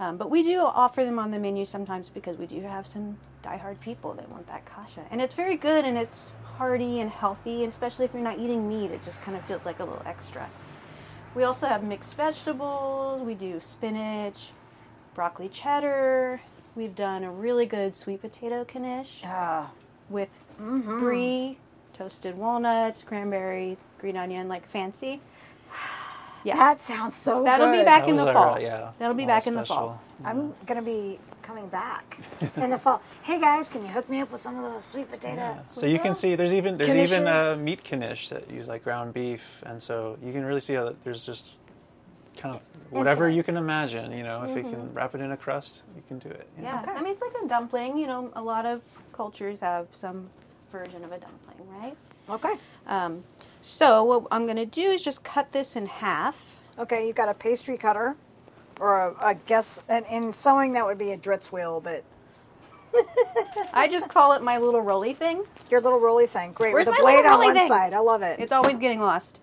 Speaker 4: Um, but we do offer them on the menu sometimes because we do have some diehard people that want that kasha, and it's very good and it's hearty and healthy, and especially if you're not eating meat, it just kind of feels like a little extra. We also have mixed vegetables. We do spinach, broccoli cheddar. We've done a really good sweet potato knish
Speaker 2: Uh,
Speaker 4: with Mm-hmm. brie, toasted walnuts, cranberry, green onion, like fancy. Yeah,
Speaker 2: that sounds so
Speaker 4: that'll
Speaker 2: good.
Speaker 4: be back in
Speaker 3: Those
Speaker 4: the
Speaker 3: are,
Speaker 4: fall.
Speaker 3: uh, yeah,
Speaker 4: that'll be
Speaker 3: all
Speaker 4: back in the
Speaker 3: special.
Speaker 4: fall.
Speaker 2: I'm going to be coming back in the
Speaker 4: (laughs)
Speaker 2: fall. Hey guys, can you hook me up with some of those sweet potato?
Speaker 3: So you can see there's even there's even uh,
Speaker 2: Knishes.
Speaker 3: meat knish that use like ground beef, and so you can really see how that there's just kind of whatever you can imagine. You know, if you can wrap it in a crust, you can do it. you know?
Speaker 4: Mm-hmm. Yeah, I mean it's like a dumpling. You know, a lot of cultures have some version of a dumpling, right?
Speaker 2: Okay.
Speaker 4: Um, so what I'm gonna do is just cut this in half.
Speaker 2: Okay, you've got a pastry cutter, or a, I guess, and in sewing that would be a dritz wheel, but
Speaker 4: I just call it my little rolly thing.
Speaker 2: your little rolly thing. Great.
Speaker 4: Where's
Speaker 2: with
Speaker 4: my
Speaker 2: a blade
Speaker 4: little
Speaker 2: on
Speaker 4: rolly
Speaker 2: one
Speaker 4: thing?
Speaker 2: side. I love it.
Speaker 4: It's always getting lost.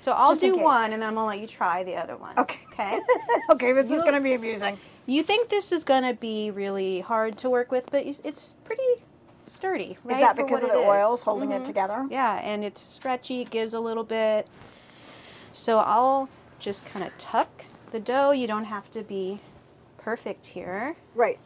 Speaker 4: So I'll
Speaker 2: Just in
Speaker 4: do
Speaker 2: case.
Speaker 4: one, and then I'm gonna let you try the other one.
Speaker 2: Okay.
Speaker 4: (laughs) Okay.
Speaker 2: (laughs) Okay, this is going to be amusing.
Speaker 4: you think this is gonna be really hard to work with, but it's- it's pretty sturdy, right?
Speaker 2: Is that
Speaker 4: for
Speaker 2: because of
Speaker 4: what
Speaker 2: the
Speaker 4: it is. Mm-hmm.
Speaker 2: oils holding it together?
Speaker 4: Yeah, and it's stretchy, it gives a little bit. So I'll just kind of tuck the dough. You don't have to be perfect here.
Speaker 2: Right.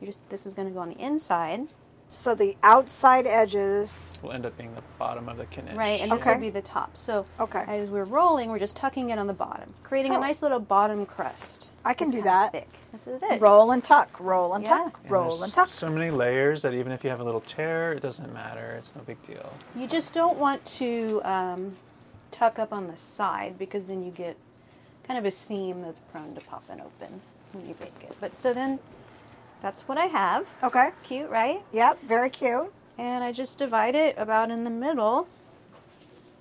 Speaker 4: You just this is going to go on the inside,
Speaker 2: So the outside edges.
Speaker 3: will end up being the bottom of the knish.
Speaker 4: right? And this
Speaker 2: Okay.
Speaker 4: will be the top. So
Speaker 2: Okay.
Speaker 4: as we're rolling, we're just tucking it on the bottom, creating
Speaker 2: Oh.
Speaker 4: a nice little bottom crust.
Speaker 2: I can
Speaker 4: It's
Speaker 2: do
Speaker 4: kinda
Speaker 2: that.
Speaker 4: Thick. This is it.
Speaker 2: Roll and tuck, roll and
Speaker 4: Yeah.
Speaker 2: tuck,
Speaker 3: And
Speaker 2: roll
Speaker 3: there's
Speaker 2: and tuck.
Speaker 3: So many layers that even if you have a little tear, it doesn't matter. It's no big deal.
Speaker 4: You just don't want to um, tuck up on the side because then you get kind of a seam that's prone to popping open when you bake it. But so then that's what I have.
Speaker 2: Okay.
Speaker 4: Cute, right?
Speaker 2: Yep, very cute.
Speaker 4: And I just divide it about in the middle,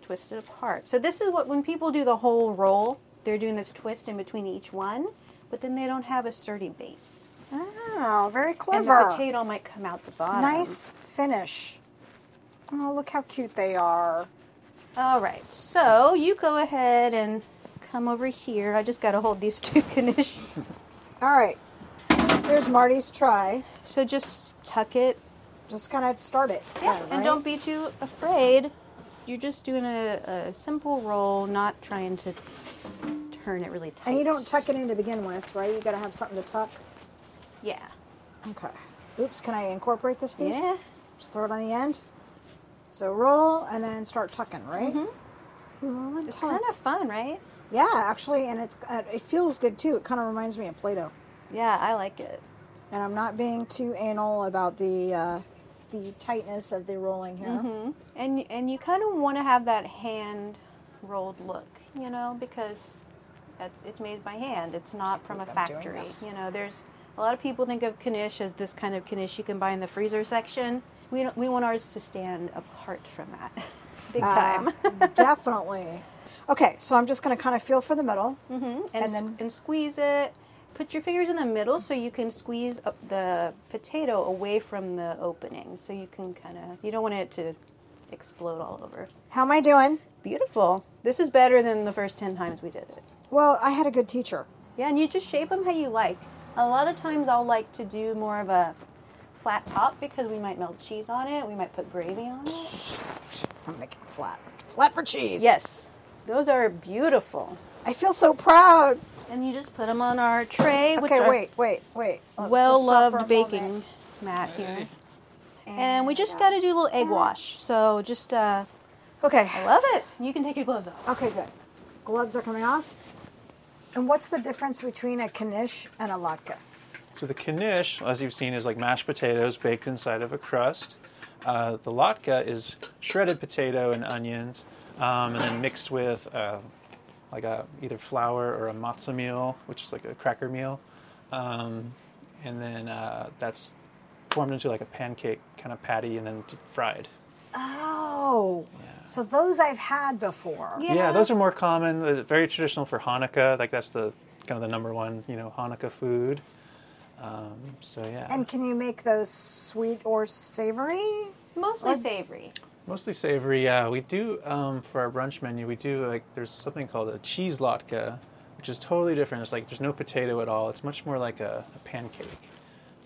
Speaker 4: twist it apart. So this is what when people do the whole roll, they're doing this twist in between each one, but then they don't have a sturdy base.
Speaker 2: Oh, very
Speaker 4: And the
Speaker 2: clever.
Speaker 4: potato might come out the bottom.
Speaker 2: Nice finish. Oh, look how cute they are.
Speaker 4: All right, so you go ahead and come over here. I just got to hold these (laughs) two knish.
Speaker 2: All right. Here's Marty's try.
Speaker 4: So just tuck it.
Speaker 2: Just kind of start it. kinda,
Speaker 4: And
Speaker 2: right?
Speaker 4: don't be too afraid. You're just doing a, a simple roll, not trying to turn it really tight.
Speaker 2: And you don't tuck it in to begin with, right? You got to have something to tuck.
Speaker 4: Yeah.
Speaker 2: Okay. Oops, can I incorporate this piece?
Speaker 4: Yeah.
Speaker 2: Just throw it on the end. So roll and then start tucking, right? Roll and
Speaker 4: Mm-hmm. It's
Speaker 2: tuck.
Speaker 4: kind of fun, right?
Speaker 2: Yeah, actually, and it's uh, it feels good too. It kind of reminds me of Play-Doh.
Speaker 4: Yeah, I like it.
Speaker 2: And I'm not being too anal about the uh, the tightness of the rolling here.
Speaker 4: Mm-hmm. And and you kind of want to have that hand rolled look, you know, because that's it's made by hand. It's not from a
Speaker 2: believe I'm doing
Speaker 4: factory.
Speaker 2: this.
Speaker 4: You know, there's a lot of people think of knish as this kind of knish you can buy in the freezer section. We don't, we want ours to stand apart from that, (laughs) big time.
Speaker 2: Uh, (laughs) definitely. Okay, so I'm just going to kind of feel for the middle.
Speaker 4: hmm And,
Speaker 2: and
Speaker 4: s-
Speaker 2: then-
Speaker 4: and squeeze it. Put your fingers in the middle so you can squeeze up the potato away from the opening. So you can kind of you don't want it to explode all over.
Speaker 2: How am I doing?
Speaker 4: Beautiful. This is better than the first 10 times we did it.
Speaker 2: Well, I had a good teacher.
Speaker 4: Yeah, and you just shape them how you like. A lot of times I'll like to do more of a flat top because we might melt cheese on it, we might put gravy on it.
Speaker 2: I'm making it flat, flat for cheese.
Speaker 4: Yes, those are beautiful.
Speaker 2: I feel so proud.
Speaker 4: And you just put them on our tray, which
Speaker 2: okay,
Speaker 4: are
Speaker 2: wait, wait, wait. Let's
Speaker 4: well
Speaker 2: just stop for
Speaker 4: loved
Speaker 2: a
Speaker 4: baking
Speaker 2: moment. uh,
Speaker 4: mat here. And we just got to do a little egg wash. So just, uh,
Speaker 2: Okay.
Speaker 4: I love it. You can take your gloves off.
Speaker 2: Okay, good. Gloves are coming off. And what's the difference between a knish and a latke?
Speaker 3: So the knish, as you've seen, is like mashed potatoes baked inside of a crust. Uh, the latke is shredded potato and onions, um, and then mixed with uh, like a either flour or a matzah meal, which is like a cracker meal, um, and then uh, that's formed into like a pancake kind of patty and then t- fried.
Speaker 2: Oh, so those I've had before.
Speaker 4: Yeah.
Speaker 3: Yeah. those are more common. They're very traditional for Hanukkah. Like that's the kind of the number one, you know, Hanukkah food. Um, so yeah,
Speaker 2: And can you make those sweet or savory?
Speaker 4: Mostly savory.
Speaker 3: Mostly savory, yeah. We do um, for our brunch menu. We do like there's something called a cheese latke, which is totally different. It's like there's no potato at all. It's much more like a, a pancake.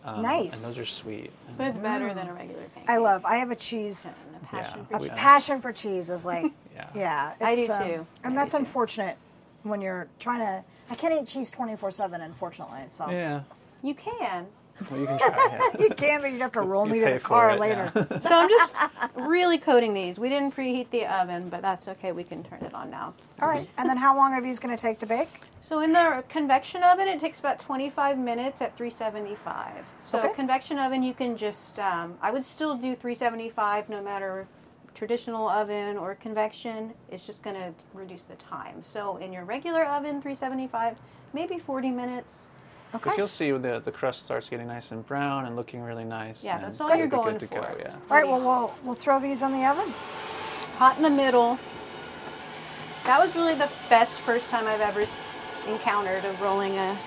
Speaker 3: Um,
Speaker 2: Nice.
Speaker 3: And those are sweet. And,
Speaker 4: But it's better than a regular pancake.
Speaker 2: Mm. I love. I have a cheese.
Speaker 4: And the passion
Speaker 3: Yeah.
Speaker 4: fruit
Speaker 2: A
Speaker 3: We-
Speaker 2: passion for cheese is like, yeah.
Speaker 3: (laughs) Yeah.
Speaker 4: I
Speaker 2: it's, um,
Speaker 4: do too.
Speaker 2: And
Speaker 4: I
Speaker 2: that's
Speaker 4: do too.
Speaker 2: unfortunate when you're trying to. I can't eat cheese 24 7, unfortunately. So
Speaker 3: yeah.
Speaker 4: You can.
Speaker 3: Well, you can try.
Speaker 4: (laughs)
Speaker 3: Yeah.
Speaker 2: you can, but you'd have to roll me
Speaker 3: (laughs) You
Speaker 2: to
Speaker 3: pay
Speaker 2: the
Speaker 3: for
Speaker 2: car
Speaker 3: it,
Speaker 2: later.
Speaker 3: (laughs) yeah.
Speaker 4: So I'm just really coating these. We didn't preheat the oven, but that's okay. We can turn it on now.
Speaker 2: All right. And then how long are these going to take to bake?
Speaker 4: So in the convection oven, it takes about 25 minutes at 375. So
Speaker 2: Okay.
Speaker 4: convection oven, you can just, um, I would still do 375 no matter traditional oven or convection. It's just going to reduce the time. So in your regular oven, 375, maybe 40 minutes.
Speaker 2: Okay.
Speaker 3: If you'll see when the the crust starts getting nice and brown and looking really nice.
Speaker 4: Yeah,
Speaker 3: then
Speaker 4: that's all
Speaker 3: you'll
Speaker 4: you're
Speaker 3: be
Speaker 4: going
Speaker 3: good to
Speaker 4: for.
Speaker 3: Go, yeah.
Speaker 2: All right, well, we'll, we'll throw these in the oven.
Speaker 4: hot in the middle. That was really the best first time I've ever s- encountered of rolling a.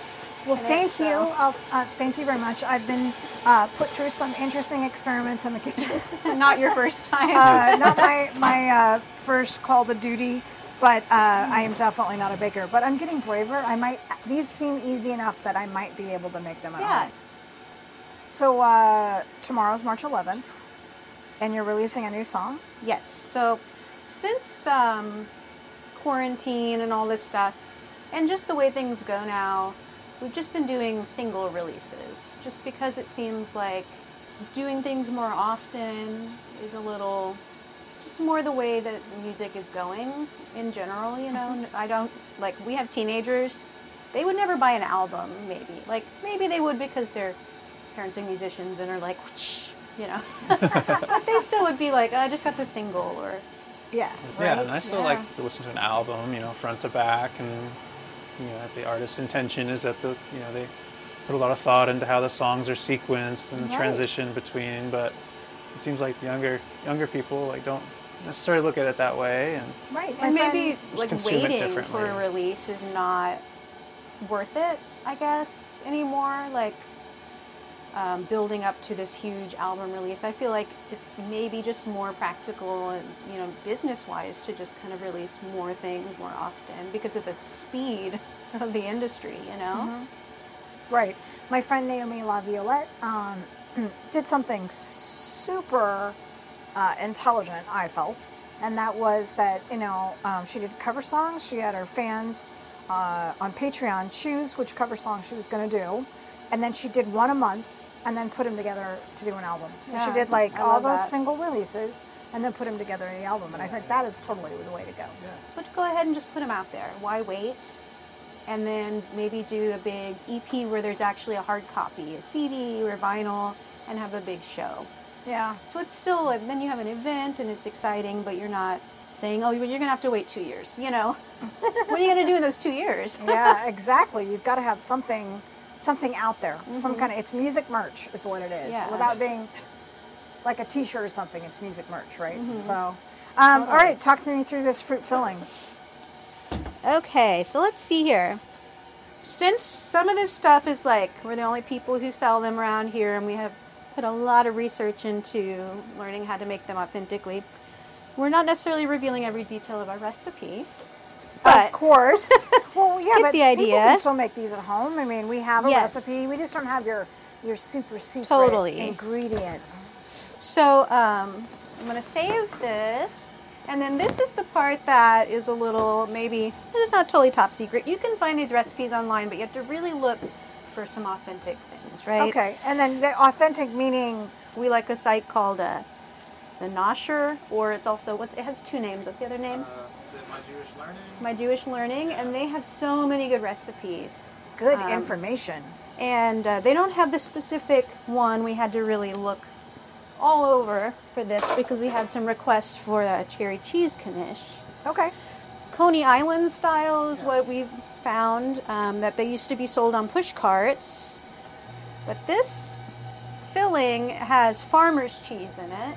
Speaker 2: Well,
Speaker 4: And
Speaker 2: thank
Speaker 4: so-
Speaker 2: you. Uh, uh, thank you very much. I've been uh, put through some interesting experiments in the
Speaker 4: (laughs)
Speaker 2: kitchen.
Speaker 4: Not your first time.
Speaker 2: Uh, not my, my uh, first call to duty but uh, I am definitely not a baker. But I'm getting braver. I might. These seem easy enough that I might be able to make them at
Speaker 4: Yeah.
Speaker 2: home. So uh, tomorrow's March 11th, and you're releasing a new song.
Speaker 4: Yes. So, since um, quarantine and all this stuff, and just the way things go now, we've just been doing single releases just because it seems like doing things more often is a little just more the way that music is going in general, you know. I don't like we have teenagers, they would never buy an album maybe. Like maybe they would because their parents are musicians and are like, you know. but they still would be like, I just got the single or
Speaker 2: Yeah.
Speaker 3: Yeah,
Speaker 2: right?
Speaker 3: and I still
Speaker 2: Yeah.
Speaker 3: like to listen to an album, you know, front to back, and you know, the artist's intention is that the you know they put a lot of thought into how the songs are sequenced and
Speaker 2: Right.
Speaker 3: transition between. But it seems like younger younger people like don't necessarily look at it that way, and
Speaker 2: Right.
Speaker 4: and
Speaker 2: my
Speaker 4: maybe
Speaker 2: friend-
Speaker 4: like
Speaker 3: consume it
Speaker 4: waiting for a
Speaker 3: differently.
Speaker 4: release is not worth it, I guess, anymore. Like um, building up to this huge album release, I feel like it's maybe just more practical and you know business wise to just kind of release more things more often because of the speed of the industry, you
Speaker 3: Mm-hmm.
Speaker 4: know.
Speaker 2: Right. My friend Naomi LaViolette um, (clears throat) did something super uh, intelligent, I felt. And that was that, you know, um, she did cover songs. She had her fans uh, on Patreon choose which cover song she was going to do. And then she did one a month and then put them together to do an album. So she
Speaker 4: Yeah,
Speaker 2: did like
Speaker 4: I
Speaker 2: all
Speaker 4: love
Speaker 2: those
Speaker 4: that.
Speaker 2: single releases and then put them together in the album. And I think that is totally the way to go.
Speaker 4: But go ahead and just put them out there. Why wait? And then maybe do a big EP where there's actually a hard copy, a CD or vinyl, and have a big show.
Speaker 2: Yeah.
Speaker 4: So it's still like then you have an event and it's exciting, but you're not saying, "Oh, you're gonna have to wait two years." You know, (laughs) what are you gonna do in those two years?
Speaker 2: yeah, exactly. You've got to have something, something out there. Some kind of it's music merch is what it is.
Speaker 4: Mm-hmm. Yeah.
Speaker 2: Without being like a T-shirt or something, it's music merch, right?
Speaker 4: Mm-hmm.
Speaker 2: So, um, all right, talk to me through this fruit filling.
Speaker 4: Okay, so let's see here. Since some of this stuff is like we're the only people who sell them around here, and we have put a lot of research into learning how to make them authentically, we're not necessarily revealing every detail of our recipe.
Speaker 2: of
Speaker 4: But (laughs)
Speaker 2: course. well, yeah,
Speaker 4: Get
Speaker 2: but
Speaker 4: the
Speaker 2: people
Speaker 4: idea.
Speaker 2: can still make these at home. I mean, we have a
Speaker 4: Yes.
Speaker 2: recipe. We just don't have your your super secret
Speaker 4: Totally.
Speaker 2: ingredients.
Speaker 4: So um, I'm going to save this. And then this is the part that is a little maybe, this is not totally top secret. You can find these recipes online, but you have to really look for some authentic things, right?
Speaker 2: Okay, and then the authentic meaning.
Speaker 4: We like a site called uh, The Nosher, or it's also, what's, it has two names. What's the other name?
Speaker 3: Uh, my Jewish learning.
Speaker 4: My Jewish Learning. And they have so many good recipes.
Speaker 2: Good
Speaker 4: Um,
Speaker 2: information.
Speaker 4: and uh, they don't have the specific one. We had to really look all over for this because we had some requests for uh, cherry cheese knish.
Speaker 2: Okay.
Speaker 4: Coney Island style is what we've found um, that they used to be sold on push carts, but this filling has farmer's cheese in it,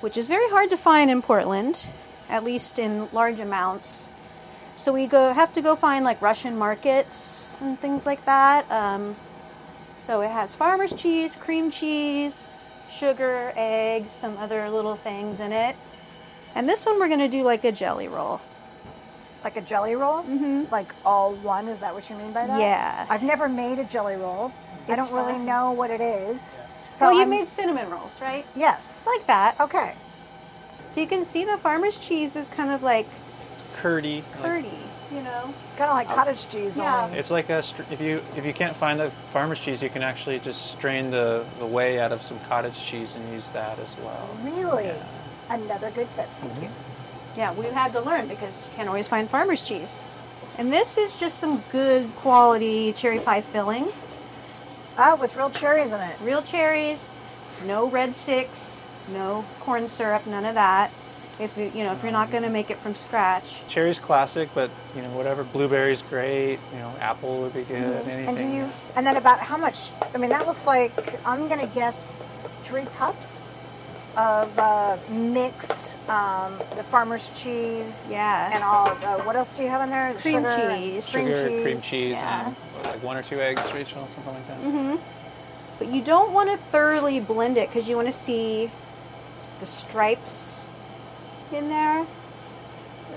Speaker 4: which is very hard to find in Portland, at least in large amounts. So we go have to go find like Russian markets and things like that. Um, so it has farmer's cheese, cream cheese, sugar, eggs, some other little things in it. And this one we're gonna do like a jelly roll.
Speaker 2: Like a jelly roll? Mm-hmm. Like all one? Is that what you mean by that?
Speaker 4: Yeah.
Speaker 2: I've never made a jelly roll. I
Speaker 4: It's
Speaker 2: don't really
Speaker 4: fine.
Speaker 2: know what it is. So
Speaker 4: So you
Speaker 2: I'm-
Speaker 4: made cinnamon rolls, right?
Speaker 2: yes.
Speaker 4: Like that.
Speaker 2: okay.
Speaker 4: So you can see the farmer's cheese is kind of like
Speaker 3: It's curdy. like-
Speaker 4: curdy, you know?
Speaker 2: Kind of like cottage cheese.
Speaker 4: Oh. Yeah.
Speaker 2: Only.
Speaker 3: it's like a str- if you if you can't find the farmer's cheese, you can actually just strain the the whey out of some cottage cheese and use that as well.
Speaker 2: Really.
Speaker 3: Yeah.
Speaker 2: Another good tip. Thank you.
Speaker 4: Yeah, we've had to learn because you can't always find farmer's cheese. And this is just some good quality cherry pie filling.
Speaker 2: Oh, with real cherries in it.
Speaker 4: Real cherries, no red six, no corn syrup, none of that. If you you know, if you're not gonna make it from scratch.
Speaker 3: Cherry's classic, but you know whatever blueberries great. You know apple would be good. Anything.
Speaker 2: Mm-hmm. And do you? And then about how much? I mean, that looks like I'm gonna guess three cups of uh, mixed um, the farmer's cheese.
Speaker 4: Yeah.
Speaker 2: And all. The, what else do you have in there? The
Speaker 4: Cream
Speaker 2: sugar and
Speaker 4: cheese.
Speaker 3: sugar, cream cheese,
Speaker 4: yeah.
Speaker 3: and what, like one or two eggs, Rachel, something like that.
Speaker 4: Mm-hmm. But you don't want to thoroughly blend it because you want to see the stripes in there.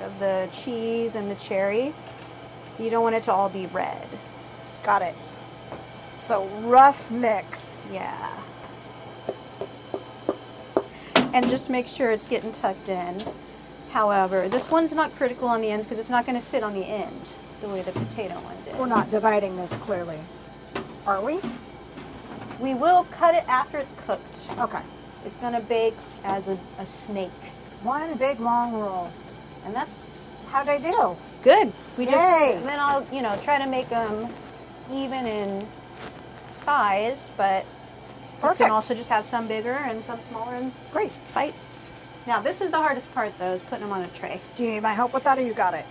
Speaker 4: of the cheese and the cherry. You don't want it to all be red.
Speaker 2: Got it. So rough mix.
Speaker 4: Yeah. And just make sure it's getting tucked in. However, this one's not critical on the ends because it's not going to sit on the end the way the potato one did.
Speaker 2: We're not dividing this clearly, are we?
Speaker 4: We will cut it after it's cooked.
Speaker 2: Okay.
Speaker 4: It's going to bake as a, a snake.
Speaker 2: One big long roll.
Speaker 4: And that's
Speaker 2: How'd I do?
Speaker 4: good. We just
Speaker 2: Yay.
Speaker 4: and then I'll you know try to make them even in size, but you
Speaker 2: Perfect.
Speaker 4: can also just have some bigger and some smaller and
Speaker 2: Great.
Speaker 4: fight. Now this is the hardest part though, is putting them on a tray.
Speaker 2: Do you need my help with that, or you got it?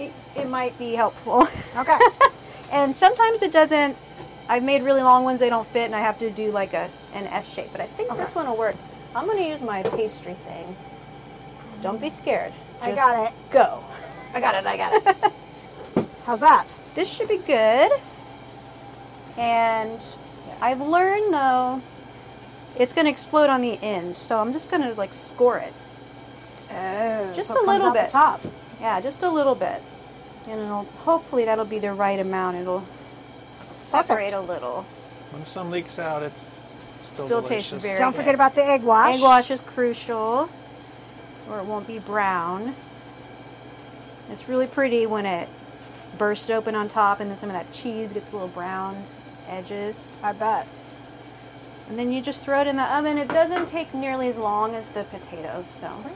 Speaker 4: It, it might be helpful, (laughs)
Speaker 2: Okay.
Speaker 4: and sometimes it doesn't. I've made really long ones; they don't fit, and I have to do like a an S shape. But I think
Speaker 2: Okay.
Speaker 4: this one will work. I'm going to use my pastry thing. Don't be scared.
Speaker 2: I got it.
Speaker 4: Go.
Speaker 2: (laughs) I got it. I got it. (laughs) How's that?
Speaker 4: this should be good. And I've learned though, it's gonna explode on the ends, so I'm just gonna like score it.
Speaker 2: Oh,
Speaker 4: Just
Speaker 2: so
Speaker 4: a
Speaker 2: it comes
Speaker 4: little
Speaker 2: out the
Speaker 4: bit.
Speaker 2: top.
Speaker 4: Yeah, just a little bit, and it'll hopefully that'll be the right amount. It'll separate a little.
Speaker 3: When some leaks out, it's still,
Speaker 4: Mm-hmm. Still tastes
Speaker 3: delicious.
Speaker 4: very-
Speaker 2: Don't
Speaker 4: good.
Speaker 2: forget about the egg wash.
Speaker 4: Egg wash is crucial, or it won't be brown. It's really pretty when it bursts open on top, and then some of that cheese gets a little browned edges.
Speaker 2: I bet.
Speaker 4: And then you just throw it in the oven. It doesn't take nearly as long as the potatoes, so. All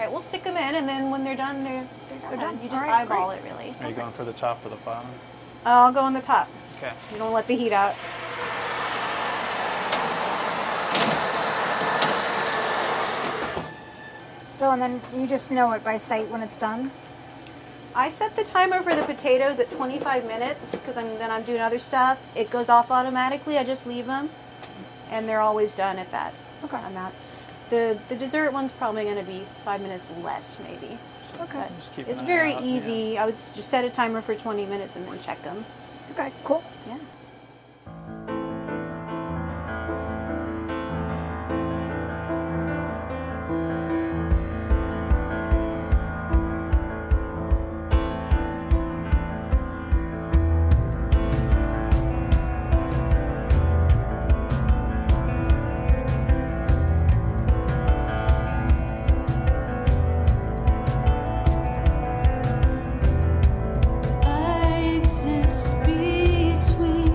Speaker 4: right, we'll stick them in, and then when they're done, they're, they're,
Speaker 2: They're done.
Speaker 4: done. You
Speaker 2: All
Speaker 4: just
Speaker 2: right,
Speaker 4: eyeball it, really.
Speaker 3: Are you going for the top or the bottom?
Speaker 4: I'll go on the top.
Speaker 3: Okay.
Speaker 4: You don't let the heat out.
Speaker 2: So, and then you just know it by sight when it's done.
Speaker 4: I set the timer for the potatoes at 25 minutes because I'm, then I'm doing other stuff. It goes off automatically. I just leave them, and they're always done at that
Speaker 2: Okay.
Speaker 4: amount. The the dessert one's probably going to be five minutes less, maybe.
Speaker 2: Okay.
Speaker 3: Just keep an
Speaker 4: Oh, It's
Speaker 3: eye
Speaker 4: very
Speaker 3: out, yeah.
Speaker 4: easy. I would s- just set a timer for 20 minutes and then check them.
Speaker 2: Okay. Cool.
Speaker 4: Yeah.
Speaker 5: I exist between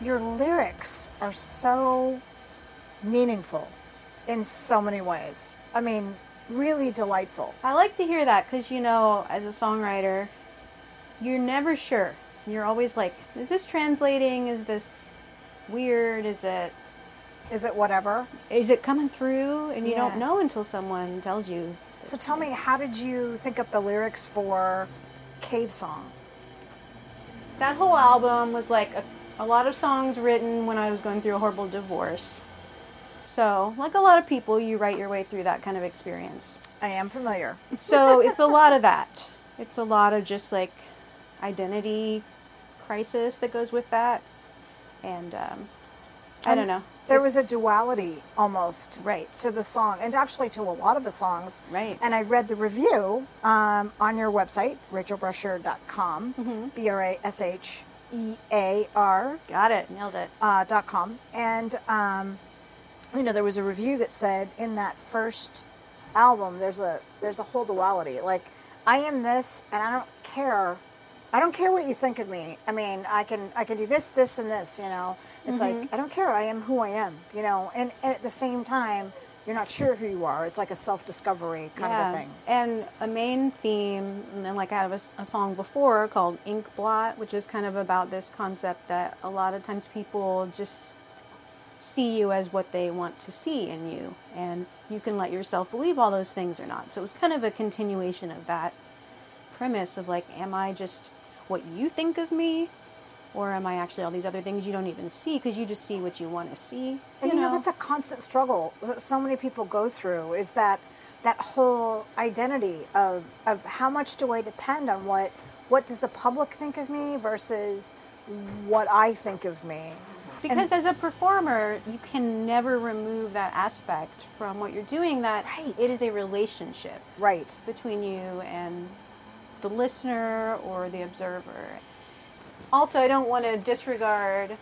Speaker 2: your lyrics are so meaningful in so many ways. I mean, really delightful.
Speaker 4: I like to hear that because, you know, as a songwriter, you're never sure. You're always like, is this translating? Is this weird? Is it
Speaker 2: Is it whatever?
Speaker 4: is it coming through? And you
Speaker 2: Yeah.
Speaker 4: don't know until someone tells you.
Speaker 2: So tell me, how did you think up the lyrics for Cave Song?
Speaker 4: That whole album was like a, a lot of songs written when I was going through a horrible divorce. So, like a lot of people, you write your way through that kind of experience.
Speaker 2: I am familiar.
Speaker 4: So it's a lot of that. It's a lot of just like identity crisis that goes with that, and um, I don't know.
Speaker 2: (laughs) There was a duality almost
Speaker 4: Right.
Speaker 2: to the song, and actually to a lot of the songs.
Speaker 4: Right.
Speaker 2: And I read the review um, on your website, rachelbrashear.com, B R A S H E A R
Speaker 4: Got it. Nailed it.
Speaker 2: uh, dot com, and um, you know there was a review that said in that first album there's a there's a whole duality. Like I am this, and I don't care. I don't care what you think of me. I mean, I can I can do this, this, and this. You know, it's like I don't care. I am who I am. You know, and, and at the same time, you're not sure who you are. It's like a self discovery kind of a thing.
Speaker 4: And a main theme, and then like I have a, s- a song before called Ink Blot, which is kind of about this concept that a lot of times people just see you as what they want to see in you, and you can let yourself believe all those things or not. So it was kind of a continuation of that premise of like, am I just what you think of me? Or am I actually all these other things you don't even see because you just see what you want to see?
Speaker 2: And you know, that's a constant struggle that so many people go through is that that whole identity of of how much do I depend on what what does the public think of me versus what I think of me.
Speaker 4: Because as a performer, you can never remove that aspect from what you're doing. That
Speaker 2: Right.
Speaker 4: it is a relationship
Speaker 2: Right.
Speaker 4: between you and the listener or the observer. Also, I don't want to disregard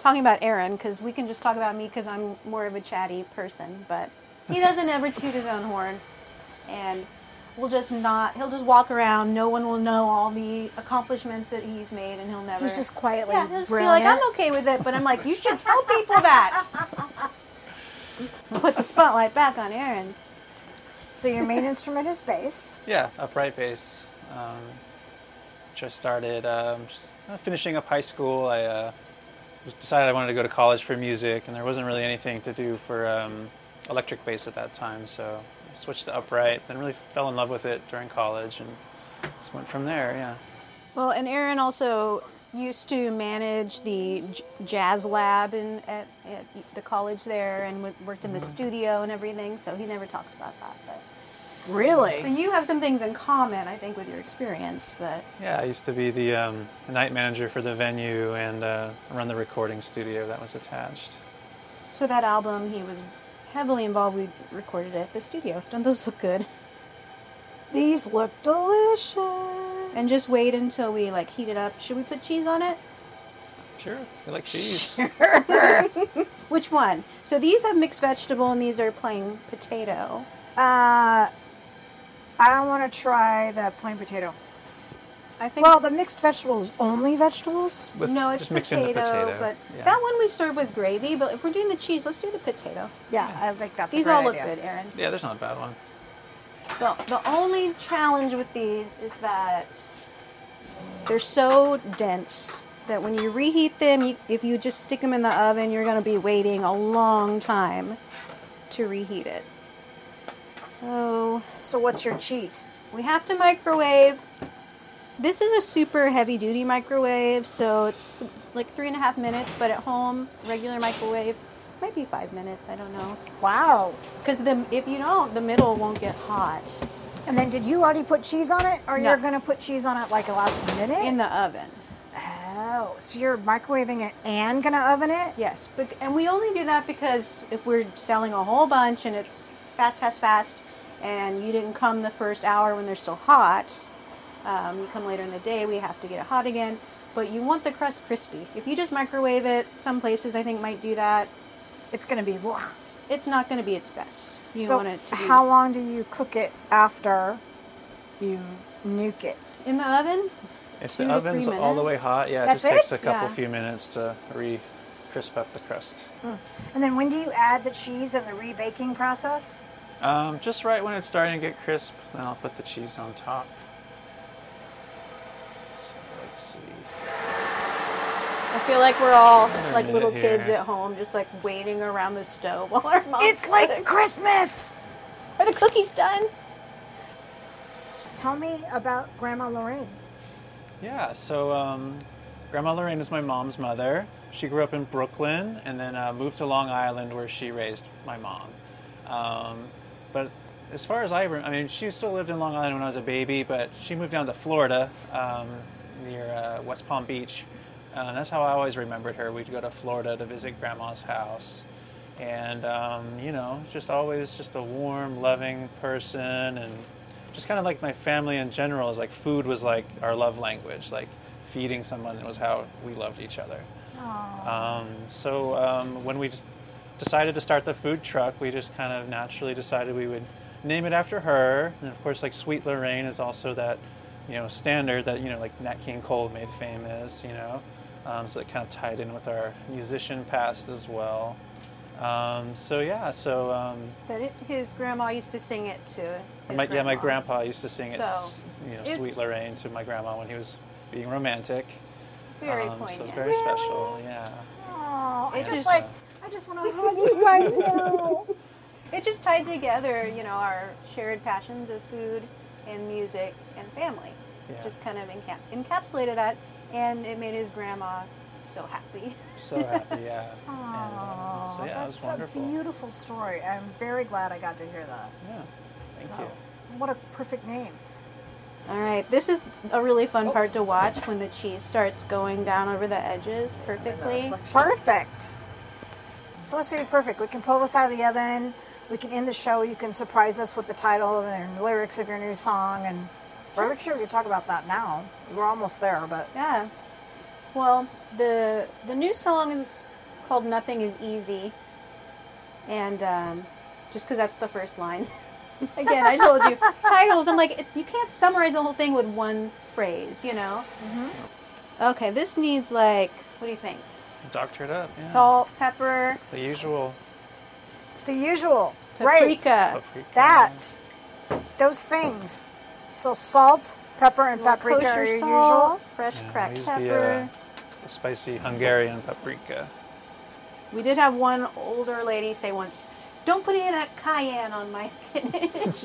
Speaker 4: talking about Aaron because we can just talk about me because I'm more of a chatty person. But he
Speaker 2: (laughs)
Speaker 4: doesn't ever toot his own horn, and we'll just not. He'll just walk around. No one will know all the accomplishments that he's made, and he'll never.
Speaker 2: He's just quietly
Speaker 4: Yeah, he'll just
Speaker 2: brilliant.
Speaker 4: be like, I'm okay with it, but I'm like, you should tell people that. Put the spotlight back on Aaron.
Speaker 2: So your main instrument is bass.
Speaker 3: Yeah, upright bass. Um, just started, um, just uh, finishing up high school. I uh, was- decided I wanted to go to college for music, and there wasn't really anything to do for um, electric bass at that time, so I switched to upright. Then really fell in love with it during college, and just went from there. Yeah.
Speaker 4: Well, and Aaron also used to manage the j- jazz lab in, at, at the college there and w- worked in the studio and everything, so he never talks about that. But. So
Speaker 2: Really?
Speaker 4: you have some things in common, I think, with your experience that
Speaker 3: Yeah, I used to be the um, night manager for the venue and uh, run the recording studio that was attached.
Speaker 4: So that album, he was heavily involved. We recorded it at the studio. Don't those look good?
Speaker 2: These look delicious.
Speaker 4: And just wait until we like heat it up. Should we put cheese on it?
Speaker 3: Sure, we like cheese.
Speaker 4: Which one? So these have mixed vegetable, and these are plain potato.
Speaker 2: Uh, I want to try the plain potato.
Speaker 4: I think.
Speaker 2: Well, the mixed vegetables only vegetables.
Speaker 3: With-
Speaker 4: no, it's
Speaker 3: just mixing the
Speaker 4: potato,
Speaker 3: potato.
Speaker 4: But
Speaker 3: Yeah.
Speaker 4: that one we serve with gravy. But if we're doing the cheese, let's do the potato.
Speaker 2: Yeah, I think that's. a
Speaker 4: these
Speaker 2: great
Speaker 4: all look
Speaker 2: idea.
Speaker 4: good, Aaron.
Speaker 3: Yeah, there's not a bad one.
Speaker 4: The, the only challenge with these is that they're so dense that when you reheat them, you, if you just stick them in the oven, you're going to be waiting a long time to reheat it. So
Speaker 2: So what's your cheat?
Speaker 4: we have to microwave. This is a super heavy duty microwave, so it's like three and a half minutes, but at home, regular microwave might be five minutes, I don't know.
Speaker 2: Wow.
Speaker 4: Because if you don't, the middle won't get hot
Speaker 2: And then did you already put cheese on it or
Speaker 4: No.
Speaker 2: you're going to put cheese on it like last minute?
Speaker 4: in the oven.
Speaker 2: oh, so you're microwaving it and going to oven it?
Speaker 4: Yes, but and we only do that because if we're selling a whole bunch and it's fast, fast, fast, and you didn't come the first hour when they're still hot, um, you come later in the day, we have to get it hot again. But you want the crust crispy. If you just microwave it, some places I think might do that.
Speaker 2: It's going to be blah.
Speaker 4: It's not going to be its best. You
Speaker 2: so
Speaker 4: want it to be
Speaker 2: how long do you cook it after you nuke it?
Speaker 4: in the oven.
Speaker 3: If
Speaker 4: two
Speaker 3: the
Speaker 4: to three
Speaker 3: oven's all the way
Speaker 4: minutes.
Speaker 3: hot, yeah,
Speaker 2: That's
Speaker 3: it just
Speaker 2: it?
Speaker 3: takes a couple
Speaker 4: Yeah.
Speaker 3: few minutes to re crisp up the crust.
Speaker 2: And then when do you add the cheese in the rebaking process?
Speaker 3: Um, just right when it's starting to get crisp, then I'll put the cheese on top. So let's see.
Speaker 4: I feel like we're all
Speaker 3: Another
Speaker 4: like
Speaker 3: minute
Speaker 4: little
Speaker 3: here.
Speaker 4: kids at home, just like waiting around the stove while our mom.
Speaker 2: It's like Christmas!
Speaker 4: (laughs) are the cookies done?
Speaker 2: Tell me about Grandma Lorraine.
Speaker 3: Yeah, so um, Grandma Lorraine is my mom's mother. She grew up in Brooklyn and then uh, moved to Long Island where she raised my mom. Um, but as far as I remember, I mean, she still lived in Long Island when I was a baby, but she moved down to Florida um, near uh, West Palm Beach. Uh, and that's how I always remembered her. We'd go to Florida to visit Grandma's house. And, um, you know, just always just a warm, loving person and just kind of like my family in general is like food was like our love language like feeding someone was how we loved each other um, so um, when we just decided to start the food truck we just kind of naturally decided we would name it after her and of course like sweet lorraine is also that you know standard that you know like nat king cole made famous you know um, so it kind of tied in with our musician past as well um, so yeah so um,
Speaker 4: But it, his grandma used to sing it to. his
Speaker 3: my, yeah, my
Speaker 4: grandma.
Speaker 3: grandpa used to sing it,
Speaker 4: So,
Speaker 3: s- you know,
Speaker 4: it's-
Speaker 3: "Sweet Lorraine" to my grandma when he was being romantic.
Speaker 4: Very
Speaker 3: Um,
Speaker 4: poignant.
Speaker 3: So it's very special. Yeah.
Speaker 2: Oh, I
Speaker 4: It
Speaker 2: just
Speaker 4: is-
Speaker 2: like, I just want to hug you guys (laughs) now.
Speaker 4: It just tied together, you know, our shared passions of food and music and family. It
Speaker 3: Yeah.
Speaker 4: Just kind of enca- encapsulated that, and it made his grandma so happy. (laughs)
Speaker 3: So happy. Yeah. And, uh,
Speaker 2: Oh,
Speaker 3: so yeah, it was
Speaker 2: that's a
Speaker 3: wonderful.
Speaker 2: beautiful story. I'm very glad I got to hear that.
Speaker 3: yeah. Thank
Speaker 2: So,
Speaker 3: you.
Speaker 2: What a perfect name.
Speaker 4: All right, this is a really fun part to watch when the cheese starts going down over the edges perfectly.
Speaker 2: Perfect. So let's do it perfect. We can pull this out of the oven. We can end the show. You can surprise us with the title and lyrics of your new song. And we're sure we can talk about that now. We're almost there, but
Speaker 4: Yeah. Well, the the new song is called "Nothing Is Easy," and um, just because that's the first line. (laughs) Again, I
Speaker 2: (laughs)
Speaker 4: told you titles. I'm like, you can't summarize the whole thing with one phrase, you know.
Speaker 2: Mm-hmm.
Speaker 4: Okay, this needs like, what do you think?
Speaker 3: Doctor it up. Yeah.
Speaker 4: Salt, pepper,
Speaker 3: The usual.
Speaker 2: the usual. Right.
Speaker 4: paprika.
Speaker 3: Paprika.
Speaker 2: That. Those things. So salt, pepper, and
Speaker 4: Well,
Speaker 2: paprika are
Speaker 4: kosher
Speaker 2: your
Speaker 4: salt,
Speaker 2: usual.
Speaker 4: fresh
Speaker 3: Yeah, I
Speaker 4: cracked
Speaker 3: use
Speaker 4: pepper.
Speaker 3: The, uh, the spicy Hungarian paprika.
Speaker 4: We did have one older lady say once, "Don't put any of that cayenne on my (laughs) spinach."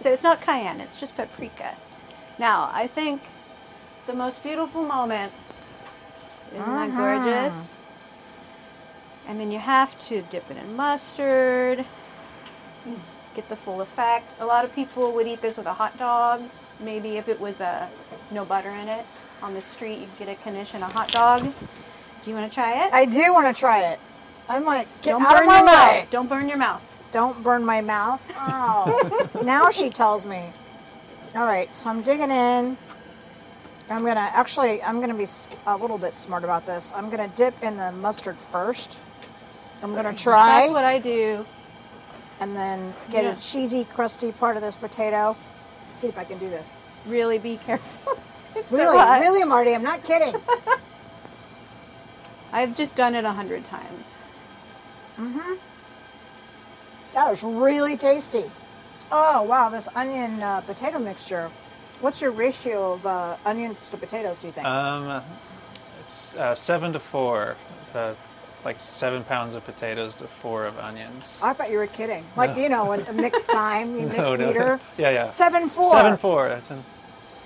Speaker 4: so it's not cayenne; it's just paprika. Now, I think the most beautiful moment isn't that gorgeous? And then you have to dip it in mustard, get the full effect. A lot of people would eat this with a hot dog. Maybe if it was a no butter in it on the street, you could get a knish and a hot dog. Do you want to try it?
Speaker 2: I do want to try it. I'm like, get
Speaker 4: Don't
Speaker 2: out
Speaker 4: burn
Speaker 2: of my
Speaker 4: your
Speaker 2: way.
Speaker 4: mouth. Don't burn your mouth.
Speaker 2: Don't burn my mouth.
Speaker 4: (laughs)
Speaker 2: Oh, now she tells me. All right, so I'm digging in. I'm gonna actually, I'm gonna be s- a little bit smart about this. I'm gonna dip in the mustard first. I'm gonna try
Speaker 4: That's what I do.
Speaker 2: and then get
Speaker 4: Yeah.
Speaker 2: a cheesy, crusty part of this potato. See if I can do this.
Speaker 4: Really be careful. (laughs) It's so
Speaker 2: Really,
Speaker 4: hot.
Speaker 2: really, Marty, I'm not
Speaker 4: (laughs)
Speaker 2: kidding.
Speaker 4: I've just done it a hundred times.
Speaker 2: That is really tasty. Oh wow, this onion uh, potato mixture. What's your ratio of uh, onions to potatoes? Do you think?
Speaker 3: Um, it's uh, seven to four. Uh, like seven pounds of potatoes to four of onions.
Speaker 2: I thought you were kidding. Like you know, a
Speaker 3: (laughs)
Speaker 2: mixed time, you mix
Speaker 3: No, no.
Speaker 2: meter.
Speaker 3: (laughs) Yeah, yeah.
Speaker 2: Seven four.
Speaker 3: Seven four. That's an,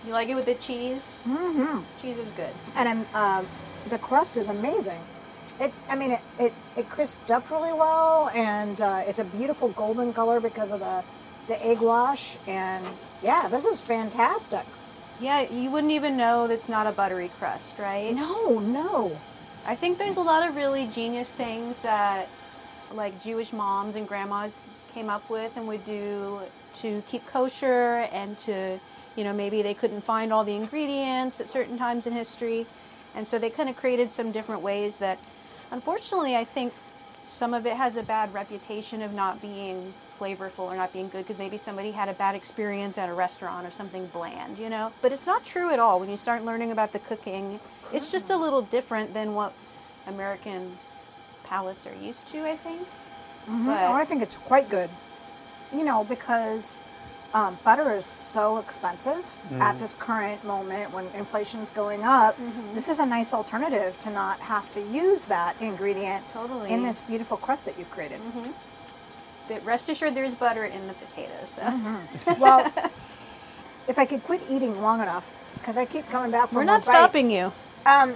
Speaker 4: You like it with the cheese? Mm-hmm. Cheese is good.
Speaker 2: And I'm, um, the crust is amazing. It, I mean, it, it, it crisped up really well, and uh, it's a beautiful golden color because of the, the egg wash. And yeah, this is fantastic.
Speaker 4: Yeah, you wouldn't even know that's not a buttery crust, right?
Speaker 2: No, no.
Speaker 4: I think there's a lot of really genius things that like Jewish moms and grandmas came up with and would do to keep kosher and to, you know, maybe they couldn't find all the ingredients at certain times in history. And so they kind of created some different ways that, unfortunately, I think some of it has a bad reputation of not being flavorful or not being good because maybe somebody had a bad experience at a restaurant or something bland, you know? But it's not true at all when you start learning about the cooking. It's just a little different than what American palates are used to, I think.
Speaker 2: Oh, I
Speaker 4: But
Speaker 2: think it's quite good. You know, because um, butter is so expensive at this current moment when inflation's going up. This is a nice alternative to not have to use that ingredient
Speaker 4: Totally.
Speaker 2: in this beautiful crust that you've created.
Speaker 4: but rest assured, there's butter in the potatoes, though.
Speaker 2: Well, if I could quit eating long enough, because I keep coming back for
Speaker 4: We're
Speaker 2: more
Speaker 4: not stopping
Speaker 2: bites.
Speaker 4: you.
Speaker 2: Um,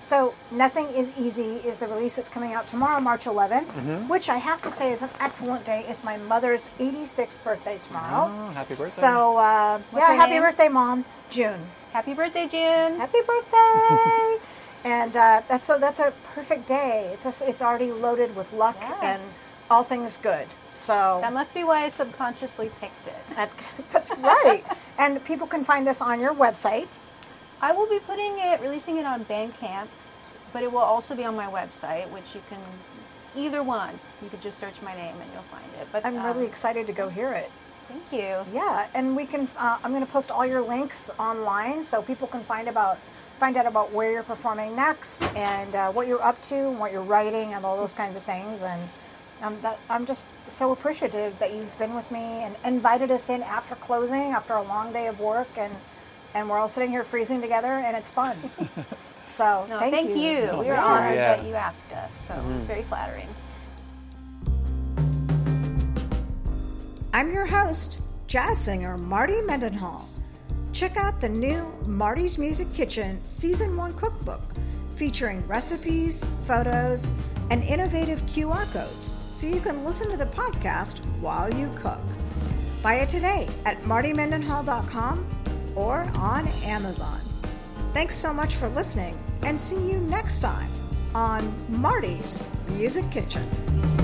Speaker 2: so nothing is easy is the release that's coming out tomorrow, March 11th, which I have to say is an excellent day. It's my mother's 86th birthday tomorrow.
Speaker 3: Oh, happy birthday.
Speaker 2: So uh,
Speaker 4: What's
Speaker 2: yeah,
Speaker 4: her
Speaker 2: happy
Speaker 4: name?
Speaker 2: birthday, mom, June.
Speaker 4: Happy birthday, June.
Speaker 2: Happy birthday! (laughs) and uh, that's so that's a perfect day. It's just, it's already loaded with luck
Speaker 4: Yeah.
Speaker 2: and all things good. So
Speaker 4: That must be why I subconsciously picked it.
Speaker 2: that's that's right. and people can find this on your website.
Speaker 4: I will be putting it, releasing it on Bandcamp, but it will also be on my website, which you can, either one, you could just search my name and you'll find it. But
Speaker 2: I'm really
Speaker 4: um,
Speaker 2: excited to go hear it.
Speaker 4: Thank you.
Speaker 2: Yeah, and we can. Uh, I'm going to post all your links online so people can find about find out about where you're performing next and uh, what you're up to and what you're writing and all those kinds of things. And um, that, I'm just so appreciative that you've been with me and invited us in after closing after a long day of work and and we're all sitting here freezing together and it's fun. so
Speaker 4: No,
Speaker 2: thank,
Speaker 4: thank, you. we are
Speaker 3: thank you.
Speaker 4: honored
Speaker 3: Yeah.
Speaker 4: that you asked us, so very flattering.
Speaker 2: I'm your host, jazz singer Marty Mendenhall. Check out the new Marty's Music Kitchen Season 1 cookbook featuring recipes, photos, and innovative QR codes so you can listen to the podcast while you cook. Buy it today at martymendenhall.com or on Amazon. Thanks so much for listening and see you next time on Marty's Music Kitchen.